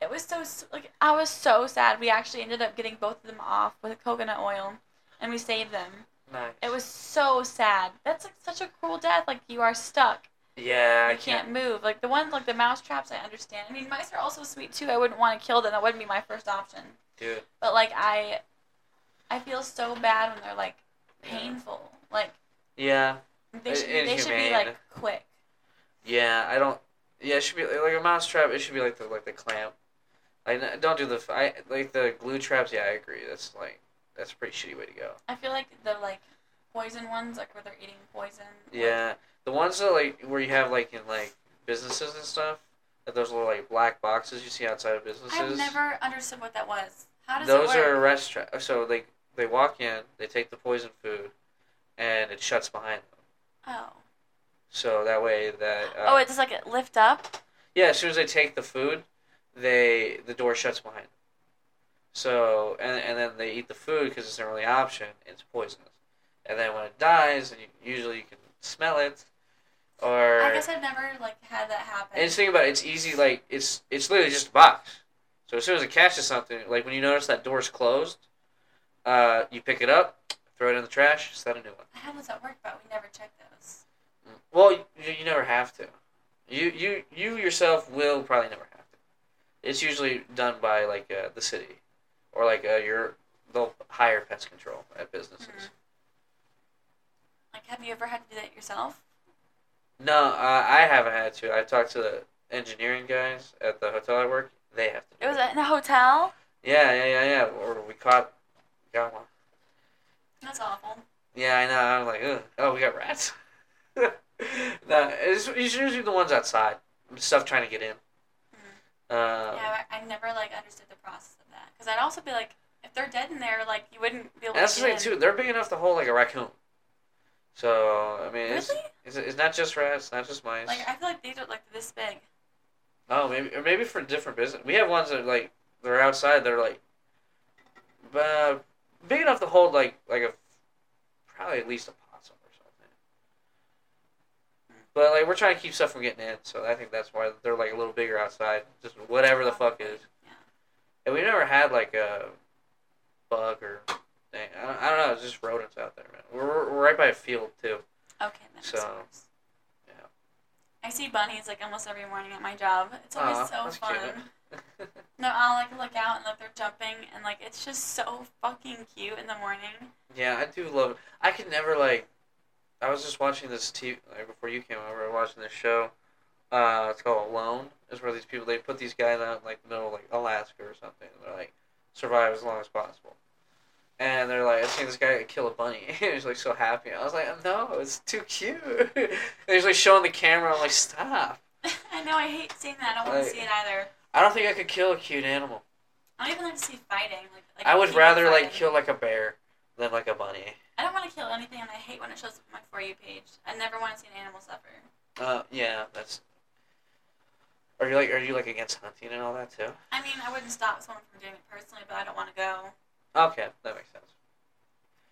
Speaker 2: It was so s- like I was so sad. We actually ended up getting both of them off with coconut oil, and we saved them.
Speaker 1: Nice.
Speaker 2: It was so sad. That's like such a cruel death. Like you are stuck.
Speaker 1: Yeah,
Speaker 2: You
Speaker 1: I
Speaker 2: can't, move. Like the ones like the mouse traps, I understand. I mean, mice are also sweet too. I wouldn't want to kill them. That wouldn't be my first option.
Speaker 1: do it.
Speaker 2: But like I, I feel so bad when they're like painful. Like
Speaker 1: Yeah.
Speaker 2: they
Speaker 1: It-
Speaker 2: should
Speaker 1: it's
Speaker 2: they should be
Speaker 1: humane.
Speaker 2: like quick.
Speaker 1: Yeah, I don't. Yeah, it should be like a mouse trap. It should be like the like the clamp. Like n- don't do the f- I like the glue traps. Yeah, I agree. That's like that's a pretty shitty way to go.
Speaker 2: I feel like the like poison ones, like where they're eating poison. like,
Speaker 1: Yeah, the ones that like where you have like in like businesses and stuff. That those little like black boxes you see outside of businesses.
Speaker 2: I've never understood what that was. How does
Speaker 1: those
Speaker 2: it work?
Speaker 1: are restaurant. So they they walk in, they take the poison food, and it shuts behind them.
Speaker 2: Oh.
Speaker 1: So that way that uh,
Speaker 2: oh, it does like it lift up.
Speaker 1: Yeah, as soon as they take the food, they the door shuts behind. Them. So and and then they eat the food because it's their only option. It's poisonous, and then when it dies, and you, usually you can smell it, or
Speaker 2: I guess I've never like had that happen.
Speaker 1: and just think about it. It's easy. Like it's it's literally just a box. So as soon as it catches something, like when you notice that door's closed, uh, you pick it up, throw it in the trash, set a new one.
Speaker 2: I had those at work, but we never checked those.
Speaker 1: Well, you, you never have to. You you you yourself will probably never have to. It's usually done by like uh, the city, or like uh, your they'll hire pest control at businesses.
Speaker 2: Mhm. Like, have you ever had to do that yourself?
Speaker 1: No, uh, I haven't had to. I talked to the engineering guys at the hotel I work. They have to. Do
Speaker 2: It was in a hotel.
Speaker 1: Yeah, yeah, yeah, yeah. Or we caught got one.
Speaker 2: That's awful.
Speaker 1: Yeah, I know. I'm like, Ugh. oh, we got rats. no, it's, it's usually the ones outside. Stuff trying to get in. Um,
Speaker 2: yeah, I, I never like understood the process of that because I'd also be like, if they're dead in there, like you wouldn't be able.
Speaker 1: and that's
Speaker 2: to
Speaker 1: the
Speaker 2: get
Speaker 1: thing too. They're big enough to hold like a raccoon. So I mean,
Speaker 2: In.
Speaker 1: it's,
Speaker 2: Really?
Speaker 1: it's, it's not just rats, not just mice.
Speaker 2: Like I feel like these are like this big.
Speaker 1: Oh, maybe or maybe for different business. We have ones that like they're outside. They're like, uh, big enough to hold like like a probably at least a possum or something. But like we're trying to keep stuff from getting in, so I think that's why they're like a little bigger outside. Just whatever the fuck is.
Speaker 2: Yeah.
Speaker 1: And we never had like a bug or thing. I don't, I don't know. It's just rodents out there, man. We're, we're right by a field too.
Speaker 2: Okay. That makes
Speaker 1: So,
Speaker 2: sense.
Speaker 1: yeah.
Speaker 2: I see bunnies like almost every morning at my job. It's always
Speaker 1: Aw,
Speaker 2: so
Speaker 1: that's
Speaker 2: fun.
Speaker 1: cute.
Speaker 2: No, I'll like look out and like they're jumping and like it's just so fucking cute in the morning.
Speaker 1: Yeah, I do love. I could never like. I was just watching this TV like, before you came over. I was watching this show. Uh, it's called Alone. It's where these people they put these guys out in, like the middle of like Alaska or something. And they're like survive as long as possible. And they're like, I seen this guy kill a bunny. he was like so happy. I was like, no, it's too cute. and he's like showing the camera. I'm like, stop.
Speaker 2: I know I hate seeing that. I don't want
Speaker 1: Like-
Speaker 2: to see it either.
Speaker 1: I don't think I could kill a cute animal.
Speaker 2: I don't even like to see fighting. Like, like
Speaker 1: I would
Speaker 2: people
Speaker 1: rather like
Speaker 2: fighting.
Speaker 1: kill like a bear than like a bunny.
Speaker 2: I don't want to kill anything, and I hate when it shows up on my for you page. I never want to see an animal suffer.
Speaker 1: Uh, yeah, that's. Are you like are you like against hunting and all that too?
Speaker 2: I mean, I wouldn't stop someone from doing it personally, but I don't want to go.
Speaker 1: Okay, that makes sense.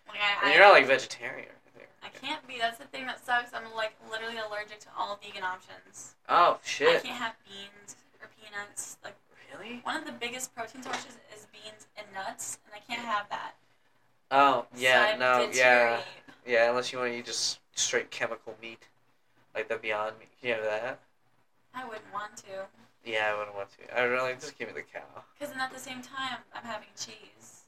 Speaker 2: Like I,
Speaker 1: And
Speaker 2: I,
Speaker 1: you're not like vegetarian. I think.
Speaker 2: I can't be. That's the thing that sucks. I'm like literally allergic to all vegan options.
Speaker 1: Oh
Speaker 2: I
Speaker 1: shit!
Speaker 2: can't have beans or peanuts. Like
Speaker 1: Really?
Speaker 2: one of the biggest protein sources is beans and nuts, and I can't have that.
Speaker 1: Oh
Speaker 2: So
Speaker 1: yeah,
Speaker 2: I
Speaker 1: no, yeah,
Speaker 2: deteriorate.
Speaker 1: yeah. Unless you want to eat just straight chemical meat, like the Beyond Meat. Can you have that?
Speaker 2: I wouldn't want to,
Speaker 1: Yeah, I wouldn't want to. I really just give me the cow.
Speaker 2: because then at the same time I'm having cheese.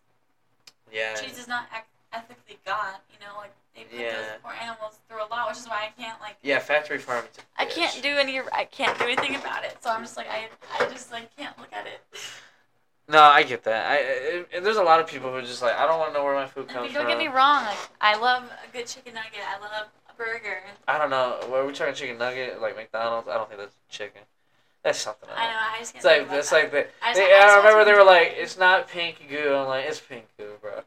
Speaker 1: Yeah.
Speaker 2: Cheese is not ec- ethically got. You know, like they put
Speaker 1: Yeah.
Speaker 2: those poor animals through a lot, which is why I can't like.
Speaker 1: Yeah, factory farming.
Speaker 2: I can't do any. I can't do anything about it. So I'm just like I. I just like can't look at it.
Speaker 1: No, I get that. I, I and there's a lot of people who are just like I don't want to know where my food
Speaker 2: I
Speaker 1: comes
Speaker 2: mean,
Speaker 1: from.
Speaker 2: don't get me wrong. Like I love a good chicken nugget. I love a burger.
Speaker 1: I don't know. Were we talking chicken nugget like McDonald's? I don't think that's chicken. That's something else.
Speaker 2: I know. I just
Speaker 1: It's
Speaker 2: can't.
Speaker 1: like
Speaker 2: think about
Speaker 1: it's
Speaker 2: that.
Speaker 1: like the,
Speaker 2: I just-
Speaker 1: they,
Speaker 2: I
Speaker 1: I,
Speaker 2: just
Speaker 1: remember
Speaker 2: want
Speaker 1: they
Speaker 2: to-
Speaker 1: were like, it's not pink goo. I'm like, it's pink goo, bro.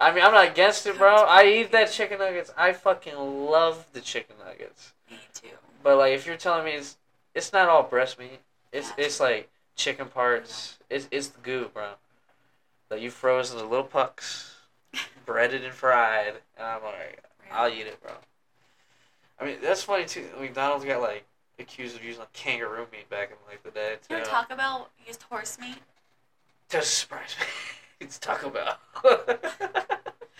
Speaker 1: I mean, I'm not against it, bro. I eat that chicken nuggets. I fucking love the chicken nuggets.
Speaker 2: Me too.
Speaker 1: But like, if you're telling me it's it's not all breast meat, it's it's like chicken parts. It's it's the goo, bro. That you froze into little pucks, breaded and fried, and I'm like, I'll eat it, bro. I mean, that's funny too. McDonald's got like accused of using like kangaroo meat back in like the day too.
Speaker 2: You know, Taco Bell used horse meat.
Speaker 1: Just surprise me. it's Taco Bell.
Speaker 2: I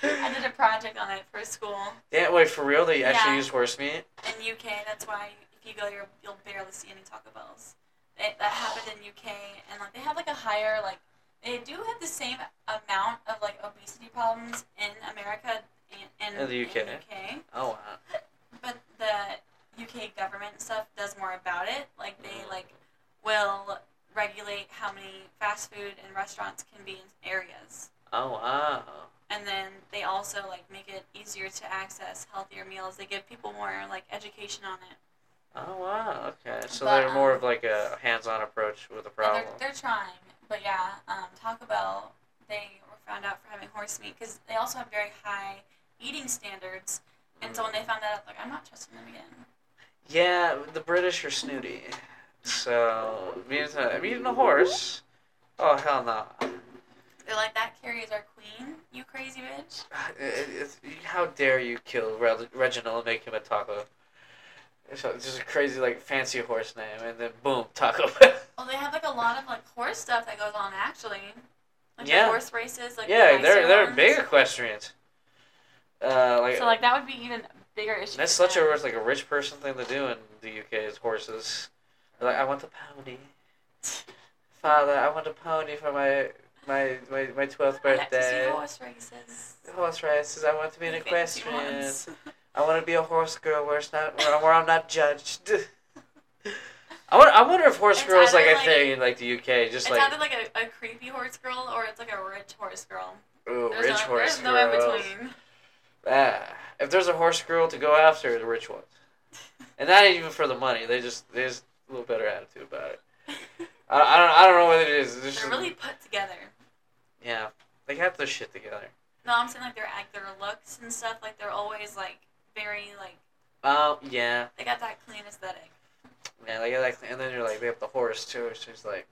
Speaker 2: did a project on it for school
Speaker 1: yeah, wait for real? They actually
Speaker 2: Yeah.
Speaker 1: use horse meat?
Speaker 2: in UK. That's why if you go, you're, you'll barely see any Taco Bells. It, that happened in UK, and like they have like a higher like they do have the same amount of like obesity problems in America and, and
Speaker 1: In the UK.
Speaker 2: In UK.
Speaker 1: Oh wow.
Speaker 2: But the UK government and stuff does more about it. Like they like will regulate how many fast food and restaurants can be in areas.
Speaker 1: Oh wow.
Speaker 2: And then they also like make it easier to access healthier meals. They give people more like education on it.
Speaker 1: Oh wow. Okay. So
Speaker 2: But,
Speaker 1: they're more
Speaker 2: um,
Speaker 1: of like a hands-on approach with the
Speaker 2: But
Speaker 1: problem.
Speaker 2: They're, they're trying. But yeah, um, Taco Bell, they were found out for having horse meat because they also have very high eating standards. And so when
Speaker 1: Mm.
Speaker 2: they found that out, like I'm not trusting them again.
Speaker 1: Yeah, the British are snooty. So me and a, me and a horse. Oh hell no.
Speaker 2: They're like that carries our queen, you crazy bitch.
Speaker 1: It- it- it's- how dare you kill Reg- Reginald and make him a taco? So it's just a crazy like fancy horse name, and then boom, Taco Bell.
Speaker 2: Well, they have like a lot of like horse stuff that goes on actually, like
Speaker 1: Yeah.
Speaker 2: the horse races. Like the
Speaker 1: yeah, they're
Speaker 2: nicer
Speaker 1: they're
Speaker 2: ones.
Speaker 1: big equestrians. Uh, like,
Speaker 2: So like that would be even a bigger issue.
Speaker 1: that's
Speaker 2: for
Speaker 1: such
Speaker 2: them.
Speaker 1: a like a rich person thing to do in the UK is horses. They're like I want the pony, father. I want a pony for my my my my twelfth
Speaker 2: I like to see
Speaker 1: birthday.
Speaker 2: horse races.
Speaker 1: Horse races. I want to be an
Speaker 2: The fancy
Speaker 1: equestrian.
Speaker 2: ones.
Speaker 1: I want to be a horse girl where it's not where, where I'm not judged. I wonder, I wonder if horse
Speaker 2: It's
Speaker 1: girl is like
Speaker 2: either,
Speaker 1: a
Speaker 2: like-
Speaker 1: thing in like the UK, just
Speaker 2: It's
Speaker 1: like
Speaker 2: either like a, a creepy horse girl or it's like a rich horse girl.
Speaker 1: ooh,
Speaker 2: There's
Speaker 1: rich
Speaker 2: no,
Speaker 1: horse
Speaker 2: There's
Speaker 1: girl.
Speaker 2: no in between.
Speaker 1: Ah, if there's a horse girl to go after, the rich ones, and not even for the money. They just they just a little better attitude about it. I, I don't I don't know what it is. It's
Speaker 2: they're
Speaker 1: just,
Speaker 2: really put together.
Speaker 1: yeah, they got their shit together.
Speaker 2: No, I'm saying like their act, their looks and stuff. Like they're always like very like
Speaker 1: Um, yeah,
Speaker 2: they got that clean aesthetic.
Speaker 1: yeah, they got that, and then you're like they have the horse too. It's just like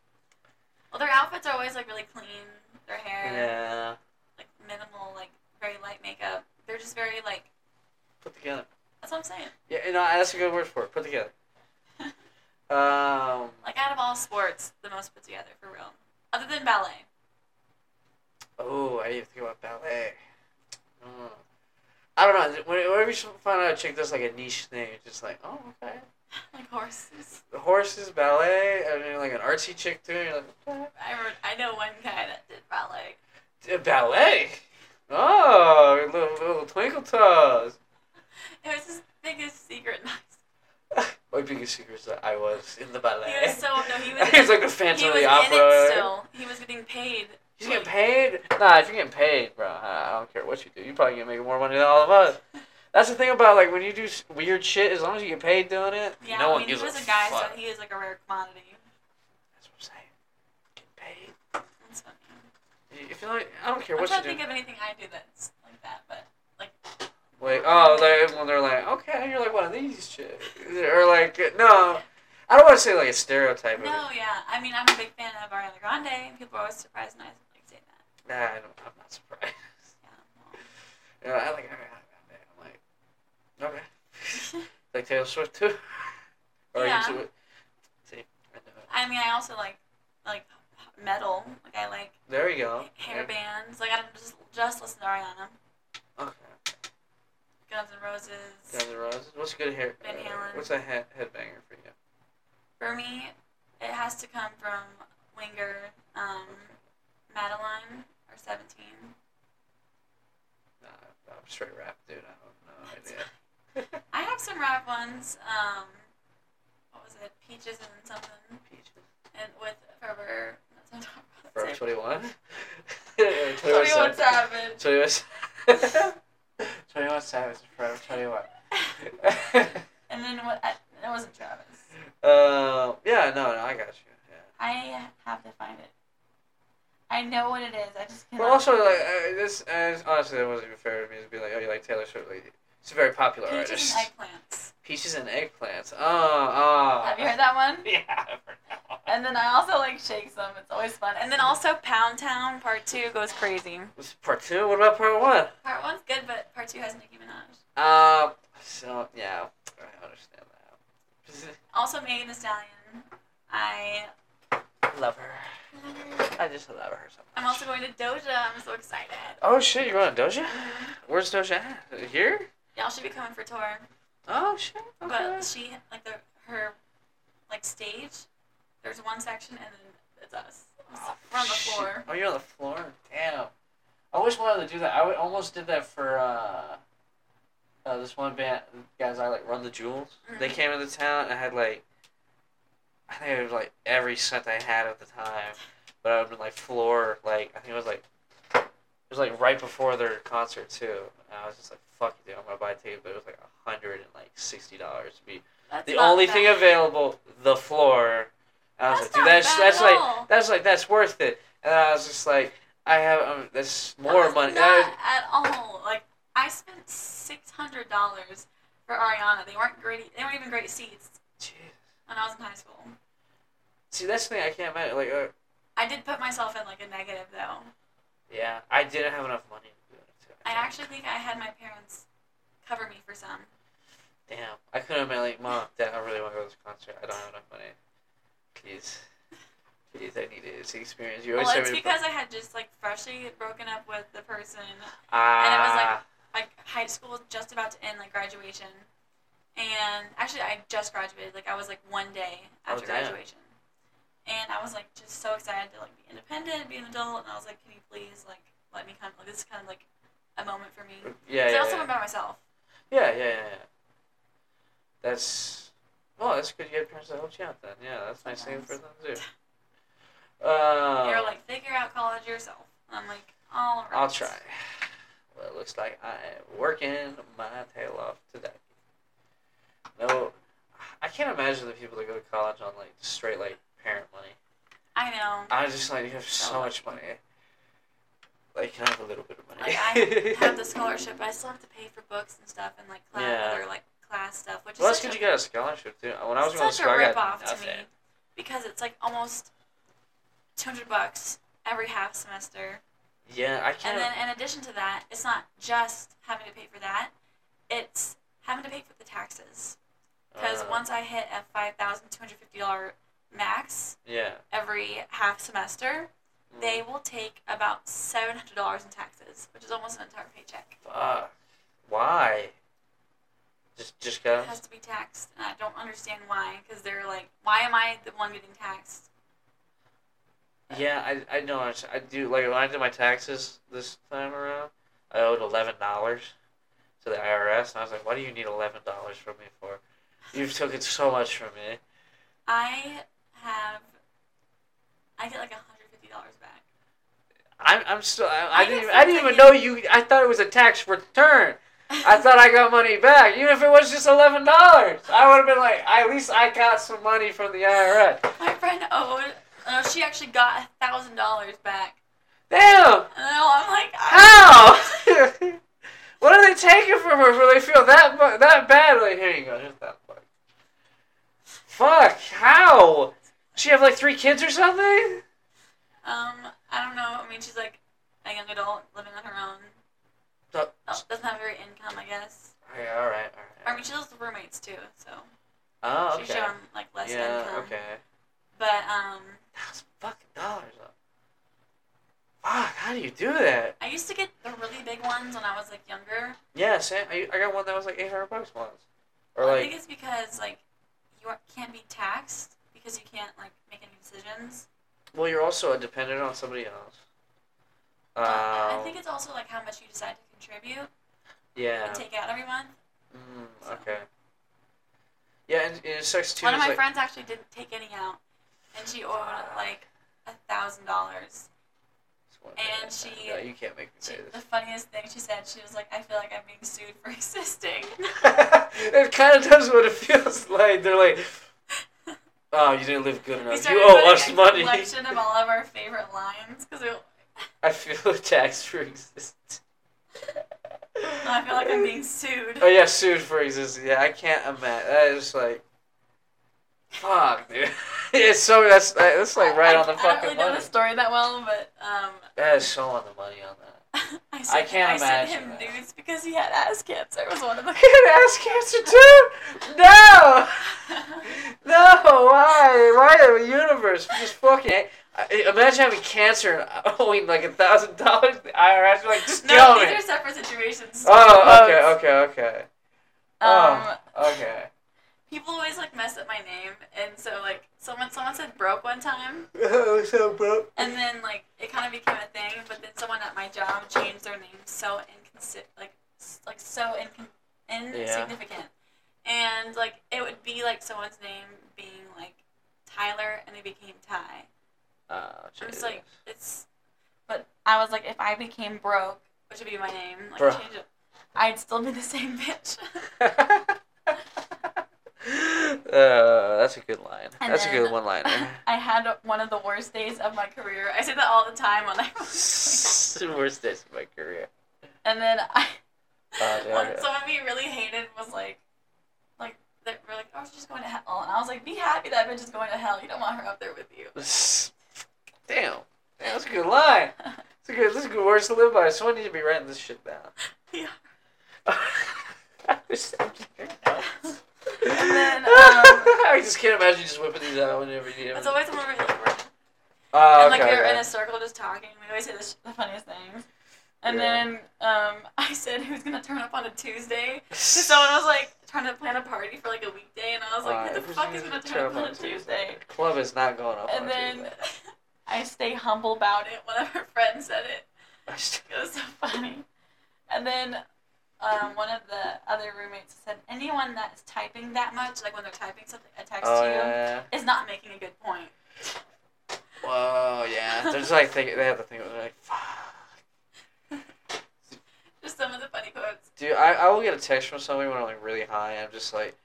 Speaker 2: Well, their outfits are always like really clean. Their hair,
Speaker 1: yeah,
Speaker 2: like minimal, like very light makeup. They're just very like
Speaker 1: put together.
Speaker 2: that's what I'm saying.
Speaker 1: Yeah, you know that's a good word for it. Put together. Um,
Speaker 2: Like out of all sports, the most put together for real, other than ballet.
Speaker 1: oh, I didn't even think about ballet. Mm. I don't know. when- Whenever you find out a chick does like a niche thing, it's just like, oh, okay.
Speaker 2: like horses.
Speaker 1: The horses, ballet, and then like an artsy chick too. and You're like, okay.
Speaker 2: I remember, I know one guy that did ballet.
Speaker 1: D- ballet. Oh, your little little twinkle toes.
Speaker 2: It was his biggest secret. in high school.
Speaker 1: My biggest secret is that I was in the ballet.
Speaker 2: He was so no, he was.
Speaker 1: He was like the Phantom
Speaker 2: he
Speaker 1: of
Speaker 2: was
Speaker 1: the Opera.
Speaker 2: in it still. He was getting paid.
Speaker 1: You getting paid? Nah, if you're getting paid, bro, I I don't care what you do. You're probably gonna make more money than all of us. That's the thing about like when you do s- weird shit. As long as you get paid doing it,
Speaker 2: Yeah,
Speaker 1: no
Speaker 2: I
Speaker 1: one
Speaker 2: mean,
Speaker 1: gives
Speaker 2: he was
Speaker 1: a,
Speaker 2: a guy,
Speaker 1: fuck.
Speaker 2: so he is like a rare commodity.
Speaker 1: That's what I'm saying. Get paid.
Speaker 2: That's funny.
Speaker 1: If you like, I don't care
Speaker 2: I'm
Speaker 1: what
Speaker 2: trying to
Speaker 1: you do.
Speaker 2: think of anything I do that's like that, but
Speaker 1: Like, oh, like when they're like, okay, you're like one of these shit, or like, no, I don't want to say like a stereotype. Of
Speaker 2: no,
Speaker 1: it.
Speaker 2: yeah. I mean, I'm a big fan of Ariana Grande, and people are always surprised when I like say that.
Speaker 1: Nah, I don't, I'm not surprised.
Speaker 2: Yeah.
Speaker 1: You know, I like, I'm like, okay,
Speaker 2: well.
Speaker 1: like Taylor Swift too. or
Speaker 2: Yeah.
Speaker 1: you see, see, I know it.
Speaker 2: I mean, I also like like metal. Like I like
Speaker 1: There you go.
Speaker 2: hair bands. Like I don't just just listen to Ariana.
Speaker 1: Okay.
Speaker 2: Guns N' Roses.
Speaker 1: Guns N' Roses. What's a good hair?
Speaker 2: Van
Speaker 1: uh,
Speaker 2: Halen.
Speaker 1: what's a he- headbanger for you?
Speaker 2: For me, it has to come from Winger, um, Madeline, or 17.
Speaker 1: Nah, I'm straight rap, dude. I have no idea.
Speaker 2: I have some rap ones. Um, what was it? Peaches and something.
Speaker 1: Peaches.
Speaker 2: And with Forever. That's what I'm talking
Speaker 1: From
Speaker 2: about. Same.
Speaker 1: 21.
Speaker 2: 21 Savage.
Speaker 1: 21 Savage. 21 Savage. Forever 21.
Speaker 2: And then what? I, it wasn't Travis.
Speaker 1: uh, yeah, no, no, I got you. Yeah.
Speaker 2: I have to find it. I know what it is. I just can't.
Speaker 1: But also, like, uh, this, uh, honestly, that wasn't even fair to me to be like, oh, you like Taylor Swift. Like, uh, it's a very popular
Speaker 2: Peaches
Speaker 1: artist.
Speaker 2: and eggplants.
Speaker 1: Peaches and eggplants. Oh, oh.
Speaker 2: Have you heard that one?
Speaker 1: Yeah, I've heard that one.
Speaker 2: And then I also like shake some. It's always fun. And then also Pound Town Part Two goes crazy.
Speaker 1: This is part two. What about part one?
Speaker 2: Part one's good, but part two has Nicki Minaj.
Speaker 1: Uh, so yeah, I understand that.
Speaker 2: Also Megan Thee Stallion. I
Speaker 1: love her. I just love her so much.
Speaker 2: I'm also going to Doja. I'm so excited.
Speaker 1: oh shit, you're going to Doja?
Speaker 2: Mm-hmm.
Speaker 1: Where's Doja? At? Here?
Speaker 2: Y'all should be coming for tour.
Speaker 1: Oh shit. Okay.
Speaker 2: But she like the her like stage. There's one section and then it's us.
Speaker 1: Oh,
Speaker 2: We're on the
Speaker 1: shit.
Speaker 2: floor.
Speaker 1: Oh, you're on the floor. Damn. I always wanted to do that. I would- almost did that for uh, uh, this one band guys I like run the jewels. They
Speaker 2: Mhm.
Speaker 1: came into town and I had like I think it was like every cent I had at the time, but I would been like floor like I think it was like it was like right before their concert too. And I was just like, "Fuck you, dude! I'm gonna buy a ticket." But it was like a hundred and like sixty dollars to be
Speaker 2: That's
Speaker 1: the
Speaker 2: not
Speaker 1: only
Speaker 2: bad.
Speaker 1: thing available, the floor. And I was
Speaker 2: That's
Speaker 1: like, dude,
Speaker 2: not
Speaker 1: that's
Speaker 2: bad
Speaker 1: that's
Speaker 2: at
Speaker 1: like
Speaker 2: all.
Speaker 1: that's like that's worth it. And I was just like, I have um, that's more
Speaker 2: That's
Speaker 1: money. Uh,
Speaker 2: Not at all. Like I spent six hundred dollars for Ariana. They weren't great. They weren't even great seats
Speaker 1: Jeez.
Speaker 2: when I was in high school.
Speaker 1: See, that's the thing I can't imagine. Like, uh,
Speaker 2: I did put myself in like a negative though.
Speaker 1: yeah, I didn't have enough money. To do it, too.
Speaker 2: I actually think I had my parents cover me for some.
Speaker 1: Damn, I could have been like, Mom, Dad, I really want to go to this concert. I don't have enough money. Please, please, I need it. It's an experience. You always
Speaker 2: well,
Speaker 1: tell
Speaker 2: it's
Speaker 1: me to-
Speaker 2: because I had just like freshly broken up with the person.
Speaker 1: ah,
Speaker 2: Like high school was just about to end, like graduation, and actually I just graduated. Like I was like one day
Speaker 1: Oh,
Speaker 2: after
Speaker 1: damn.
Speaker 2: graduation, and I was like just so excited to like be independent, be an adult, and I was like, can you please like let me come? Like, this is kind of like a moment for me. 'Cause
Speaker 1: yeah, yeah,
Speaker 2: I also
Speaker 1: yeah.
Speaker 2: went by myself.
Speaker 1: yeah, yeah, yeah, yeah. That's well, that's good. You had parents that helped you out then. Yeah, that's nice thing for them too. Um, Uh, Oh.
Speaker 2: They were like, figure out college yourself. And I'm like, all right.
Speaker 1: I'll try. Well, looks like I am working my tail off today. No, I can't imagine the people that go to college on like straight like parent money.
Speaker 2: I know.
Speaker 1: I just like have so much money. Like, can I have a little bit of money?
Speaker 2: Like, I have the scholarship, but I still have to pay for books and stuff and like class,
Speaker 1: Yeah.
Speaker 2: other like class stuff, which
Speaker 1: well,
Speaker 2: is
Speaker 1: that's
Speaker 2: such
Speaker 1: because
Speaker 2: a,
Speaker 1: you got a scholarship too. When I was going to
Speaker 2: such
Speaker 1: school,
Speaker 2: a
Speaker 1: I
Speaker 2: rip
Speaker 1: got
Speaker 2: off to
Speaker 1: nothing.
Speaker 2: me because it's like almost two hundred bucks every half semester.
Speaker 1: Yeah, I can't.
Speaker 2: And then in addition to that, it's not just having to pay for that; it's having to pay for the taxes. Because
Speaker 1: uh,
Speaker 2: once I hit a five thousand two hundred fifty dollar max
Speaker 1: Yeah.
Speaker 2: every half semester,
Speaker 1: Mm.
Speaker 2: they will take about seven hundred dollars in taxes, which is almost an entire paycheck.
Speaker 1: Fuck. Why? Just, just go.
Speaker 2: It has to be taxed, and I don't understand why. Because they're like, why am I the one getting taxed?
Speaker 1: Yeah, I, I know. I, s- I do. Like, when I did my taxes this time around, I owed $11 to the IRS. And I was like, what do you need $11 from me for? You've taken so much from me.
Speaker 2: I have, I get like hundred fifty dollars back.
Speaker 1: I'm, I'm still. I, I,
Speaker 2: I
Speaker 1: didn't.
Speaker 2: get
Speaker 1: Even, I didn't even know
Speaker 2: something
Speaker 1: you. I thought it was a tax return. I thought I got money back, even if it was just eleven dollars. I would have been like, at least I got some money from the IRS.
Speaker 2: My friend owed. No, she actually got a thousand dollars back.
Speaker 1: Damn!
Speaker 2: And then I'm like,
Speaker 1: How? what are they taking from her? Where they feel that bu- that badly? Here you go. Here's that buck. Fuck! How? She have like three kids or something?
Speaker 2: Um, I don't know. I mean, she's like a young adult living on her own.
Speaker 1: So-
Speaker 2: Oh, Doesn't have very income, I guess.
Speaker 1: Okay, all right, all
Speaker 2: I
Speaker 1: right.
Speaker 2: mean, she lives with roommates too, so
Speaker 1: Oh,
Speaker 2: she's
Speaker 1: okay.
Speaker 2: showing like less
Speaker 1: Yeah,
Speaker 2: income.
Speaker 1: okay.
Speaker 2: But um,
Speaker 1: thousand fucking dollars up. Fuck, how do you do that?
Speaker 2: I used to get the really big ones when I was like younger.
Speaker 1: Yeah, Sam, I, I got one that was like 800 bucks once. Or
Speaker 2: I
Speaker 1: like,
Speaker 2: think it's because like you are, can't be taxed because you can't like make any decisions.
Speaker 1: well, you're also a dependent on somebody else. Um,
Speaker 2: Uh, I think it's also like how much you decide to contribute
Speaker 1: yeah.
Speaker 2: and take out every month.
Speaker 1: Mm,
Speaker 2: so.
Speaker 1: okay. Yeah, and, and it sucks too.
Speaker 2: One of
Speaker 1: it's
Speaker 2: my
Speaker 1: like, ah,
Speaker 2: friends actually didn't take any out, and she owed like a thousand dollars.
Speaker 1: it's one
Speaker 2: and
Speaker 1: thing.
Speaker 2: she-
Speaker 1: Yeah, you can't make me
Speaker 2: She,
Speaker 1: say
Speaker 2: the funniest thing she said, she was like, "I feel like I'm being sued for existing."
Speaker 1: this. it kind of does what it feels like. They're like, oh, you didn't live good
Speaker 2: we
Speaker 1: enough. You
Speaker 2: started
Speaker 1: owe us
Speaker 2: putting a
Speaker 1: money.
Speaker 2: collection of all of our favorite lines because
Speaker 1: I feel taxed for existence.
Speaker 2: I feel like I'm being sued.
Speaker 1: Oh yeah, sued for existing. Yeah, I can't imagine. That is like, fuck, dude. it's so that's that's like right
Speaker 2: I,
Speaker 1: on the
Speaker 2: I don't
Speaker 1: fucking
Speaker 2: really know
Speaker 1: money.
Speaker 2: the story that well, but um,
Speaker 1: That is so on the money on that.
Speaker 2: I sent,
Speaker 1: can't
Speaker 2: I sent
Speaker 1: imagine
Speaker 2: him
Speaker 1: that.
Speaker 2: nudes because he had ass cancer. Was one of the.
Speaker 1: I had ass cancer too. No, no. Why? Why the universe just fucking? I- Imagine having cancer and owing like a thousand dollars. to The IRS be like, just
Speaker 2: no,
Speaker 1: kill
Speaker 2: these
Speaker 1: me.
Speaker 2: are separate situations.
Speaker 1: Oh, okay, Oh. okay, okay,
Speaker 2: Um,
Speaker 1: okay.
Speaker 2: people always like mess up my name, and so like someone someone said broke one time,
Speaker 1: What's up, bro?
Speaker 2: and then like it kind of became a thing. But then someone at my job changed their name so inconsi- like s- like so incon insignificant, and like it would be like someone's name being like Tyler, and it became Ty.
Speaker 1: Oh,
Speaker 2: I'm just
Speaker 1: Jesus.
Speaker 2: like it's, but I was like if I became broke, which would be my name, like
Speaker 1: Bro.
Speaker 2: change it, I'd still be the same bitch.
Speaker 1: uh, that's a good line.
Speaker 2: And
Speaker 1: that's a
Speaker 2: then-
Speaker 1: good one liner.
Speaker 2: I had one of the worst days of my career. I say that all the time when I
Speaker 1: Worst days of my career.
Speaker 2: and then I
Speaker 1: Oh, dude,
Speaker 2: one,
Speaker 1: okay.
Speaker 2: someone we really hated was like like they were like, Oh she's going to hell and I was like, Be happy that bitch is going to hell. You don't want her up there with you.
Speaker 1: Damn. Damn, that's a good line. That's a good. That's a good words to live by. Someone needs to be writing this shit down.
Speaker 2: Yeah.
Speaker 1: I just-
Speaker 2: And then, um,
Speaker 1: I just can't imagine just whipping these out whenever you need them.
Speaker 2: It's always when we're like we're,
Speaker 1: Oh,
Speaker 2: and, like
Speaker 1: okay,
Speaker 2: we were in
Speaker 1: okay.
Speaker 2: a circle just talking, we always say the, sh- the funniest things. And
Speaker 1: Yeah.
Speaker 2: then um, I said who's gonna turn up on a Tuesday? So someone was like trying to plan a party for like a weekday and I was like,
Speaker 1: Alright,
Speaker 2: Who the
Speaker 1: who's
Speaker 2: fuck is gonna turn up on a Tuesday?
Speaker 1: Club is not going up. on
Speaker 2: And
Speaker 1: a
Speaker 2: then
Speaker 1: Tuesday.
Speaker 2: I stay humble about it when her friend said it.
Speaker 1: I just-
Speaker 2: It was so funny. And then um, one of the other roommates said, anyone that's typing that much, like when they're typing something, a text
Speaker 1: Oh
Speaker 2: to you,
Speaker 1: yeah.
Speaker 2: is not making a good point.
Speaker 1: Whoa, yeah. They're just like thinking, they have to think. They're like, fuck.
Speaker 2: Just some of the
Speaker 1: Dude, I, I will get a text from somebody when I'm like really high. And I'm just like,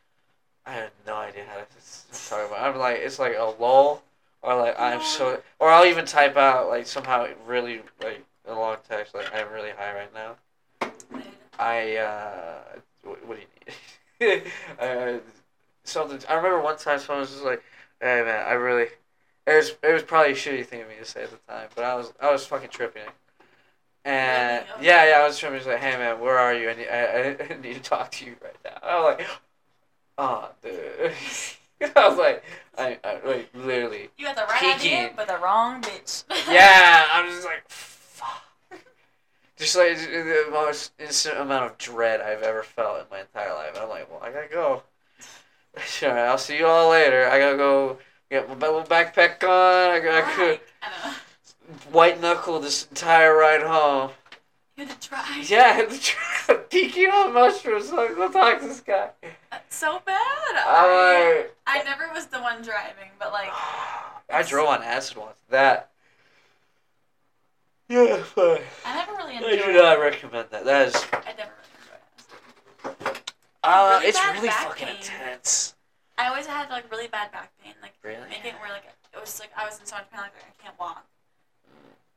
Speaker 1: I have no idea how to s- s- talk about. It. I'm like, it's like a lull, or like I'm so, or I'll even type out like somehow really like a long text like I'm really high right now. I uh, what, what do you need? uh, something. I remember one time someone was just like, "Hey man, I really." It was it was probably a shitty thing of me to say at the time, but I was I was fucking tripping. And
Speaker 2: Really? Okay.
Speaker 1: yeah, yeah, I was tripping. He's like, "Hey man, where are you? I need, I, I need to talk to you right now." I was like, "Oh, dude." I was like, I, I like literally
Speaker 2: You got the right idea,
Speaker 1: Kiki.
Speaker 2: but the wrong bitch.
Speaker 1: yeah, I'm just like, fuck. Just like it's- it's the most instant amount of dread I've ever felt in my entire life. I'm like, well, I gotta go. Sure, I'll see you all later. I gotta go get my little backpack on. I gotta
Speaker 2: Like, I don't know.
Speaker 1: white knuckle this entire ride home.
Speaker 2: You had to try.
Speaker 1: Yeah, peeking on mushrooms. Like, go talk to this guy.
Speaker 2: That's Uh, so bad.
Speaker 1: Uh,
Speaker 2: I,
Speaker 1: I'm
Speaker 2: I never was the one driving, but like,
Speaker 1: like, I drove on acid once. That. Yeah, but
Speaker 2: I never really
Speaker 1: I
Speaker 2: enjoyed
Speaker 1: do
Speaker 2: it.
Speaker 1: not recommend that. That is
Speaker 2: I never really enjoyed it.
Speaker 1: Uh,
Speaker 2: Really
Speaker 1: it's
Speaker 2: bad
Speaker 1: really
Speaker 2: back
Speaker 1: fucking
Speaker 2: pain.
Speaker 1: intense.
Speaker 2: I always had like really bad back pain, like
Speaker 1: Really?
Speaker 2: making it where like it was like I was in so much pain, like I can't walk,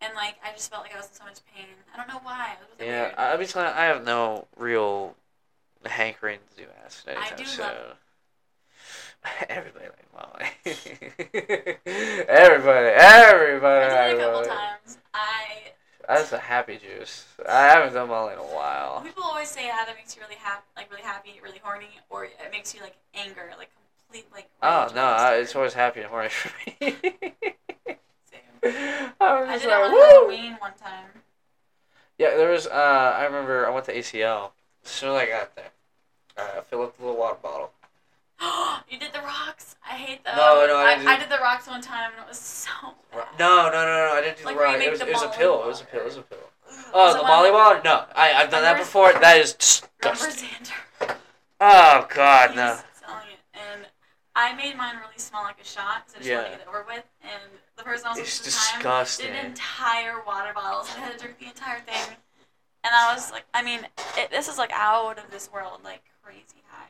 Speaker 2: and like I just felt like I was in so much pain. I don't know why. It was really
Speaker 1: Yeah,
Speaker 2: weird.
Speaker 1: I'll be telling you, I have no real hankering to do acid anytime
Speaker 2: do
Speaker 1: soon. Everybody like Molly. everybody, everybody.
Speaker 2: I
Speaker 1: like
Speaker 2: did it a couple
Speaker 1: Molly.
Speaker 2: times. I
Speaker 1: That's a happy juice. I haven't done Molly in a while.
Speaker 2: people always say how that makes you really happy, like really happy, really horny, or it makes you like anger, like complete like.
Speaker 1: Oh
Speaker 2: rage
Speaker 1: no, I, it's
Speaker 2: monster.
Speaker 1: always happy and horny for me.
Speaker 2: Same.
Speaker 1: I'm
Speaker 2: I
Speaker 1: just
Speaker 2: did it on
Speaker 1: like, woo!
Speaker 2: Halloween one time.
Speaker 1: Yeah, there was. Uh, I remember I went to ACL. As soon as I got there, uh, I filled up the little water bottle.
Speaker 2: you did the rocks. I hate those.
Speaker 1: No, no, I
Speaker 2: I,
Speaker 1: didn't
Speaker 2: I
Speaker 1: do-
Speaker 2: did the rocks one time, and it was so.
Speaker 1: Ro-
Speaker 2: Bad.
Speaker 1: No, no, no, no! I didn't do
Speaker 2: Like
Speaker 1: the
Speaker 2: where you
Speaker 1: right.
Speaker 2: make
Speaker 1: It was,
Speaker 2: the
Speaker 1: it was a
Speaker 2: Molly
Speaker 1: pill. It was a
Speaker 2: water.
Speaker 1: pill. It was a pill.
Speaker 2: Ugh.
Speaker 1: Oh,
Speaker 2: So
Speaker 1: the
Speaker 2: when-
Speaker 1: Molly water? No, I I've done that
Speaker 2: Remember-
Speaker 1: before. That is
Speaker 2: Remember
Speaker 1: disgusting.
Speaker 2: Xander?
Speaker 1: Oh God,
Speaker 2: He's
Speaker 1: no!
Speaker 2: selling it, and I made mine really small, like a shot, because I just
Speaker 1: Yeah.
Speaker 2: wanted to get it over with. And the person I was
Speaker 1: It's
Speaker 2: with at the time
Speaker 1: disgusting.
Speaker 2: did entire water bottles. I had to drink the entire thing, and I was like, I mean, it, this is like out of this world, like crazy high.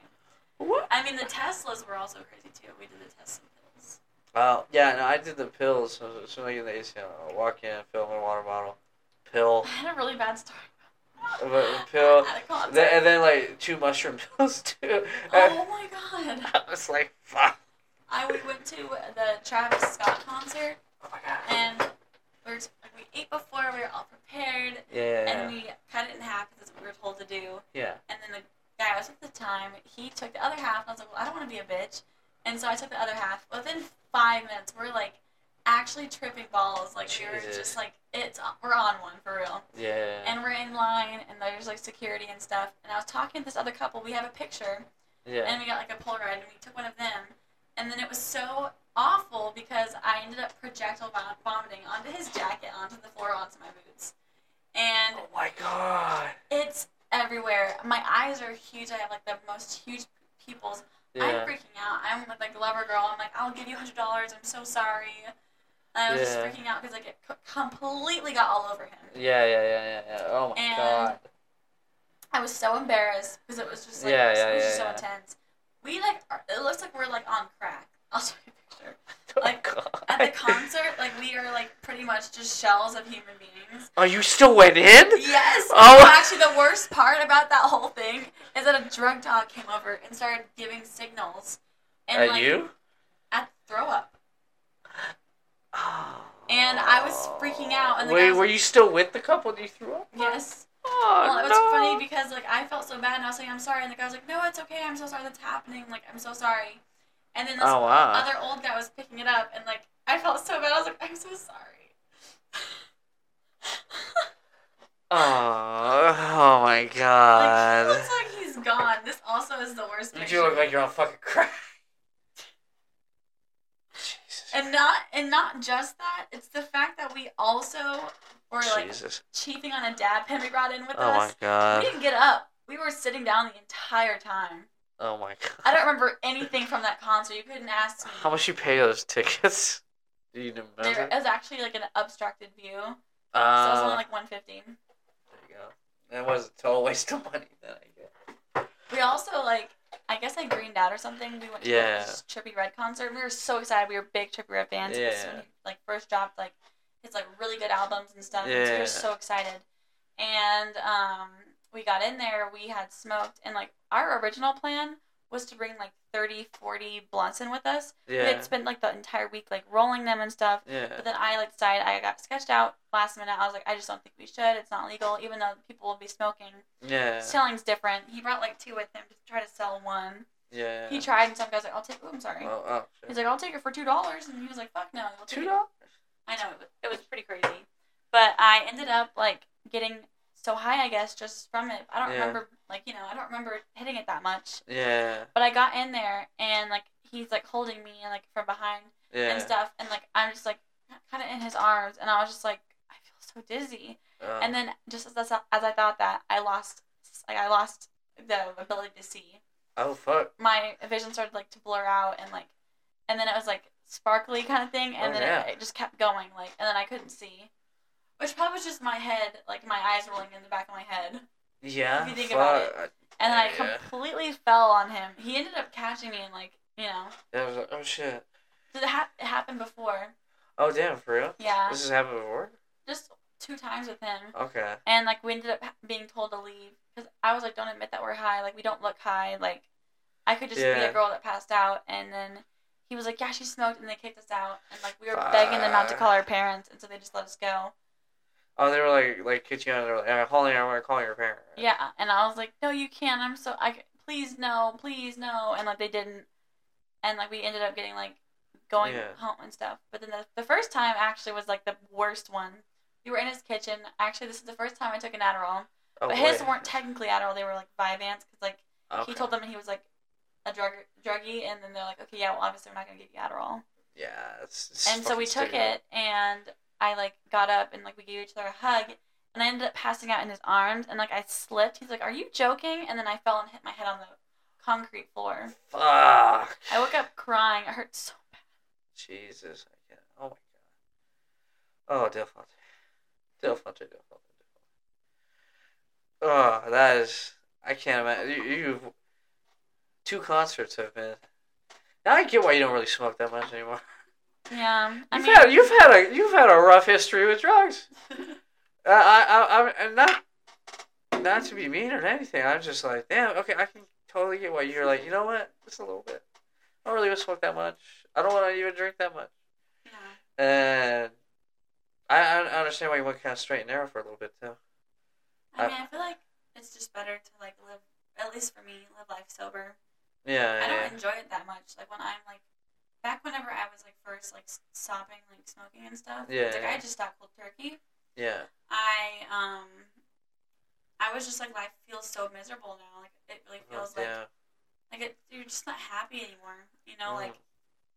Speaker 1: What?
Speaker 2: I mean, the Teslas were also crazy too. We did the Tesla pills.
Speaker 1: Oh yeah, no, I did the pills. So as soon as I get the ACL, I walk in, fill my water bottle, pill,
Speaker 2: I had a really bad story.
Speaker 1: Of a pill.
Speaker 2: At a concert.
Speaker 1: then, and uh, then like two mushroom pills too.
Speaker 2: oh my god!
Speaker 1: I was like, fuck.
Speaker 2: I we went to the Travis Scott concert,
Speaker 1: Oh my God.
Speaker 2: and we were like, we ate before. We were all prepared.
Speaker 1: Yeah.
Speaker 2: And we cut it in half because that's what we were told to do.
Speaker 1: yeah.
Speaker 2: And then the guy I was with at the time, he took the other half, and I was like, well, I don't want to be a bitch. And so I took the other half. Within five minutes, we're like actually tripping balls. Like, we were
Speaker 1: Jesus.
Speaker 2: just like, it's we're on one for real.
Speaker 1: Yeah.
Speaker 2: And we're in line, and there's like security and stuff. And I was talking to this other couple. We have a picture,
Speaker 1: yeah.
Speaker 2: and we got like a Polaroid, and we took one of them. And then it was so awful because I ended up projectile vom- vomiting onto his jacket, onto the floor, onto my boots. And
Speaker 1: oh my God.
Speaker 2: it's everywhere. My eyes are huge. I have like the most huge pupils. I'm
Speaker 1: Yeah.
Speaker 2: freaking out. I'm with like lover girl. I'm like, I'll give you hundred dollars. I'm so sorry. And I was just
Speaker 1: Yeah.
Speaker 2: freaking out because like it co- completely got all over him.
Speaker 1: Yeah, yeah, yeah, yeah, yeah. Oh my
Speaker 2: And-
Speaker 1: god.
Speaker 2: I was so embarrassed because it was just like
Speaker 1: Yeah,
Speaker 2: it
Speaker 1: yeah,
Speaker 2: was
Speaker 1: yeah,
Speaker 2: just so
Speaker 1: yeah.
Speaker 2: intense. We like are, it looks like we're like on crack. I'll show you a picture. Like,
Speaker 1: oh, god.
Speaker 2: At the concert, like we are like pretty much just shells of human beings.
Speaker 1: Oh, you still went in?
Speaker 2: Yes.
Speaker 1: Oh.
Speaker 2: Actually, the worst part about that whole thing is that a drug dog came over and started giving signals. And
Speaker 1: At
Speaker 2: like,
Speaker 1: you?
Speaker 2: At throw up.
Speaker 1: Oh.
Speaker 2: And I was freaking out, and the guy
Speaker 1: Wait,
Speaker 2: was-
Speaker 1: were you still with the couple that you threw up? with?
Speaker 2: Yes.
Speaker 1: Oh,
Speaker 2: Well, it was
Speaker 1: no.
Speaker 2: funny because like I felt so bad, and I was like, "I'm sorry," and the guy was like, "No, it's okay. I'm so sorry that's happening. Like, I'm so sorry." And then this
Speaker 1: Oh wow.
Speaker 2: other old guy was picking it up, and like I felt so bad. I was like, "I'm so sorry."
Speaker 1: oh, oh my
Speaker 2: Like,
Speaker 1: god.
Speaker 2: he looks like he's gone. This also is the worst
Speaker 1: you
Speaker 2: picture.
Speaker 1: do look like you're on fucking crack. Jesus.
Speaker 2: and not and not just that. It's the fact that we also were like
Speaker 1: Jesus.
Speaker 2: cheating on a dab pen we brought in with
Speaker 1: Oh my
Speaker 2: us.
Speaker 1: god.
Speaker 2: We didn't get up. We were sitting down the entire time.
Speaker 1: Oh my
Speaker 2: I
Speaker 1: god.
Speaker 2: don't remember anything from that concert. You couldn't ask me.
Speaker 1: How much you pay those tickets? Do you remember?
Speaker 2: There it was actually like an obstructed view, so it was
Speaker 1: Uh,
Speaker 2: only like one fifteen.
Speaker 1: There you go. That was a total waste of money. Then I
Speaker 2: also like I guess I greened out or something. We went to
Speaker 1: Yeah.
Speaker 2: this Trippy Red concert. and We were so excited. We were big Trippy Red fans. 'cause
Speaker 1: Yeah.
Speaker 2: When he, like first dropped like his like really good albums and stuff. And so we
Speaker 1: Yeah.
Speaker 2: were so excited. And um, we got in there. We had smoked and like our original plan was to bring like 30, 40 blunts in with us. We
Speaker 1: Yeah.
Speaker 2: had spent like the entire week like rolling them and stuff.
Speaker 1: Yeah.
Speaker 2: But then I like decided I got sketched out last minute. I was like, I just don't think we should. It's not legal, even though people will be smoking.
Speaker 1: Yeah.
Speaker 2: Selling's different. He brought like two with him to try to sell one.
Speaker 1: Yeah.
Speaker 2: He tried, and some guy's like, I'll take. Oh, I'm sorry.
Speaker 1: Oh, oh, shit.
Speaker 2: He's like, I'll take it for two dollars, and he was like, Fuck no, we'll take
Speaker 1: Two
Speaker 2: it."
Speaker 1: dollars?
Speaker 2: I know it was, it was pretty crazy, but I ended up like getting so high, I guess, just from it. I don't
Speaker 1: Yeah.
Speaker 2: remember, like you know, I don't remember hitting it that much.
Speaker 1: Yeah.
Speaker 2: But I got in there, and like he's like holding me, and like from behind,
Speaker 1: Yeah.
Speaker 2: and stuff and like i'm just like kind of in his arms and i was just like i feel so dizzy
Speaker 1: Oh.
Speaker 2: and then just as, as i thought that i lost like i lost the ability to see
Speaker 1: oh fuck.
Speaker 2: my vision started like to blur out and like and then it was like sparkly kind of thing and
Speaker 1: Oh,
Speaker 2: then
Speaker 1: yeah.
Speaker 2: it, it just kept going like and then i couldn't see which probably was just my head like my eyes rolling in the back of my head
Speaker 1: Yeah.
Speaker 2: If you think
Speaker 1: fuck.
Speaker 2: about it. and then i
Speaker 1: Yeah.
Speaker 2: completely fell on him he ended up catching me and like you know
Speaker 1: I was like, oh shit.
Speaker 2: did it, ha- it happen before
Speaker 1: Oh damn, for real?
Speaker 2: yeah
Speaker 1: This has happened before?
Speaker 2: just two times with him
Speaker 1: Okay.
Speaker 2: And like we ended up being told to leave because I was like, "Don't admit that we're high. Like we don't look high. Like I could just be
Speaker 1: Yeah.
Speaker 2: a girl that passed out." And then he was like, "Yeah, she smoked," and they kicked us out. And like we were begging them not to call our parents, and so they just let us go.
Speaker 1: Oh, they were like, like, kicked you out. They're like, I'm calling. I'm gonna call your parent.
Speaker 2: Yeah, and I was like, "No, you can't. I'm so I c- please no, please no." And like they didn't, and like we ended up getting like going
Speaker 1: Yeah.
Speaker 2: home and stuff. But then the, the first time actually was like the worst one. We were in his kitchen. Actually, this is the first time I took an Adderall.
Speaker 1: Oh,
Speaker 2: but his
Speaker 1: wait.
Speaker 2: weren't technically Adderall; they were like Vyvanse, because like
Speaker 1: Okay.
Speaker 2: he told them he was like a drug druggie, and then they're like, okay, yeah, well, obviously we're not gonna give you Adderall,
Speaker 1: Yeah. It's, it's
Speaker 2: and so we
Speaker 1: fucking
Speaker 2: took
Speaker 1: stupid.
Speaker 2: it, and I like got up and like we gave each other a hug, and I ended up passing out in his arms, and like I slipped. He's like, are you joking? And then I fell and hit my head on the concrete floor.
Speaker 1: Fuck.
Speaker 2: I woke up crying. It hurt so.
Speaker 1: Jesus. I can't. Oh my god. Oh, difficult. Difficult. Difficult. Oh, that is. I can't imagine. You, you've two concerts have been. Now I get why you don't really smoke that much anymore.
Speaker 2: Yeah, I
Speaker 1: You've
Speaker 2: mean,
Speaker 1: had you've had a you've had a rough history with drugs. I I I I'm not not to be mean or anything. I'm just like, damn, okay, I can totally get why you're like, you know what, just a little bit. I don't really want to smoke that much. I don't want to even drink that much.
Speaker 2: yeah.
Speaker 1: And Uh, I I understand why you went kind of straight and narrow for a little bit too.
Speaker 2: I mean, I feel like it's just better to like live, at least for me, live life sober. I
Speaker 1: Yeah,
Speaker 2: don't enjoy it that much. Like when I'm like back whenever I was like first like s- stopping like smoking and stuff.
Speaker 1: Yeah,
Speaker 2: Like
Speaker 1: yeah.
Speaker 2: I just stopped cold turkey.
Speaker 1: yeah,
Speaker 2: I um I was just like life feels so miserable now. Like it really
Speaker 1: yeah,
Speaker 2: feels like
Speaker 1: Oh, yeah.
Speaker 2: like it, you're just not happy anymore. You know,
Speaker 1: Mm.
Speaker 2: like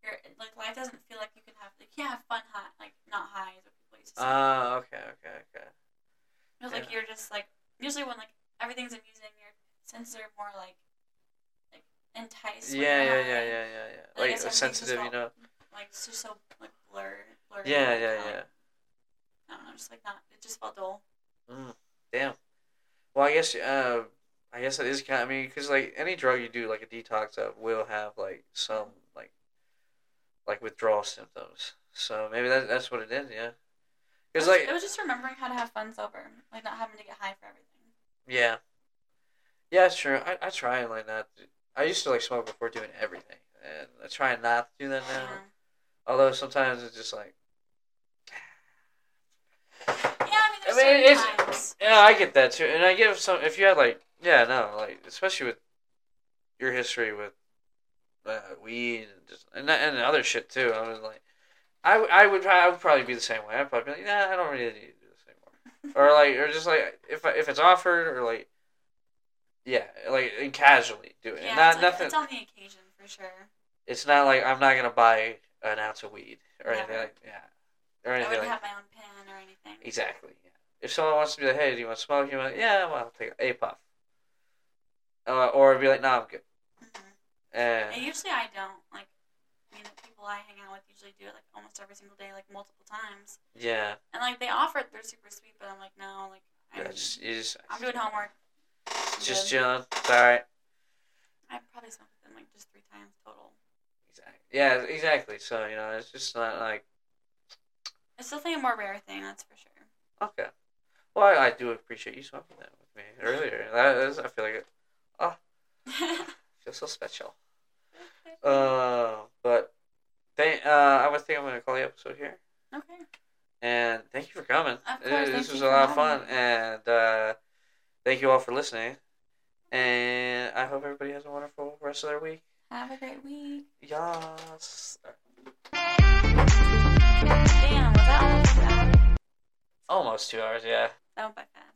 Speaker 2: you're like life doesn't feel like you can have like you can't have fun high like not high is what people used to say.
Speaker 1: Ah, okay, okay, okay.
Speaker 2: it feels like
Speaker 1: yeah.
Speaker 2: you're just like usually when like everything's amusing your senses are more like like enticed. when
Speaker 1: Yeah,
Speaker 2: you're
Speaker 1: yeah, yeah,
Speaker 2: high.
Speaker 1: yeah, yeah,
Speaker 2: I
Speaker 1: yeah. Like
Speaker 2: guess everything's
Speaker 1: sensitive,
Speaker 2: just
Speaker 1: you know.
Speaker 2: like it's just so like blurred. blurred
Speaker 1: Yeah,
Speaker 2: like,
Speaker 1: yeah,
Speaker 2: kinda,
Speaker 1: yeah.
Speaker 2: Like, I don't know, just like not. It just felt dull.
Speaker 1: Mm, damn. Well, I guess uh, I guess it is kind. Of, I mean, because like any drug you do, like a detox of, will have like some like like withdrawal symptoms. So maybe that that's what it is. Yeah. Because
Speaker 2: It was-
Speaker 1: like
Speaker 2: it was just remembering how to have fun sober, like not having to get high for everything.
Speaker 1: yeah, yeah, it's true. I I try and like not. I used to like smoke before doing everything, and I try not to do that now. Although sometimes it's just like
Speaker 2: Yeah, I mean, there's
Speaker 1: I mean,
Speaker 2: certain
Speaker 1: it's-
Speaker 2: times.
Speaker 1: Yeah, I get that too, and I give some. If you had like, yeah, no, like especially with your history with uh, weed and just and, that- and other shit too. I was like, I, w- I would I would probably be the same way. I'd probably be like, nah, I don't really need to do this anymore, or like, or just like if I, if it's offered, or like, yeah, like and casually do it,
Speaker 2: Yeah,
Speaker 1: not
Speaker 2: it's, like,
Speaker 1: nothing.
Speaker 2: it's on the occasion for sure.
Speaker 1: It's not like I'm not gonna buy an ounce of weed or anything
Speaker 2: Never.
Speaker 1: like yeah, or
Speaker 2: I
Speaker 1: anything
Speaker 2: wouldn't
Speaker 1: like
Speaker 2: have my own pen or anything.
Speaker 1: Exactly. Yeah. If someone wants to be like, "Hey, do you want to smoke?" You're like, "Yeah, well, I'll take a puff." Uh, or be like, "No, I'm good." Uh,
Speaker 2: Mhm. And
Speaker 1: And
Speaker 2: usually I don't like. I mean, the people I hang out with usually do it like almost every single day, like multiple times.
Speaker 1: yeah,
Speaker 2: And like they offer it, they're super sweet, but I'm like, no, like
Speaker 1: yeah,
Speaker 2: I'm,
Speaker 1: just, you just,
Speaker 2: I'm doing homework.
Speaker 1: Just
Speaker 2: Good.
Speaker 1: chilling. It's all right.
Speaker 2: I probably smoked with them like just three times total.
Speaker 1: Exactly. Yeah, exactly. So you know, it's just not like
Speaker 2: I still think a more rare thing, that's for sure.
Speaker 1: okay. Well, I, I do appreciate you talking that with me earlier. That is, I feel like it feels so special. Uh, but they, uh, I would think I'm gonna call the episode here.
Speaker 2: okay.
Speaker 1: And thank you for coming.
Speaker 2: Of course,
Speaker 1: Uh,
Speaker 2: thank
Speaker 1: this
Speaker 2: you
Speaker 1: was a
Speaker 2: for
Speaker 1: lot of fun,
Speaker 2: having
Speaker 1: and uh, thank you all for listening. And I hope everybody has a wonderful rest of their week.
Speaker 2: Have a great week.
Speaker 1: Yes.
Speaker 2: Damn, was that almost an hour?
Speaker 1: Almost two hours. Yeah.
Speaker 2: That went by fast.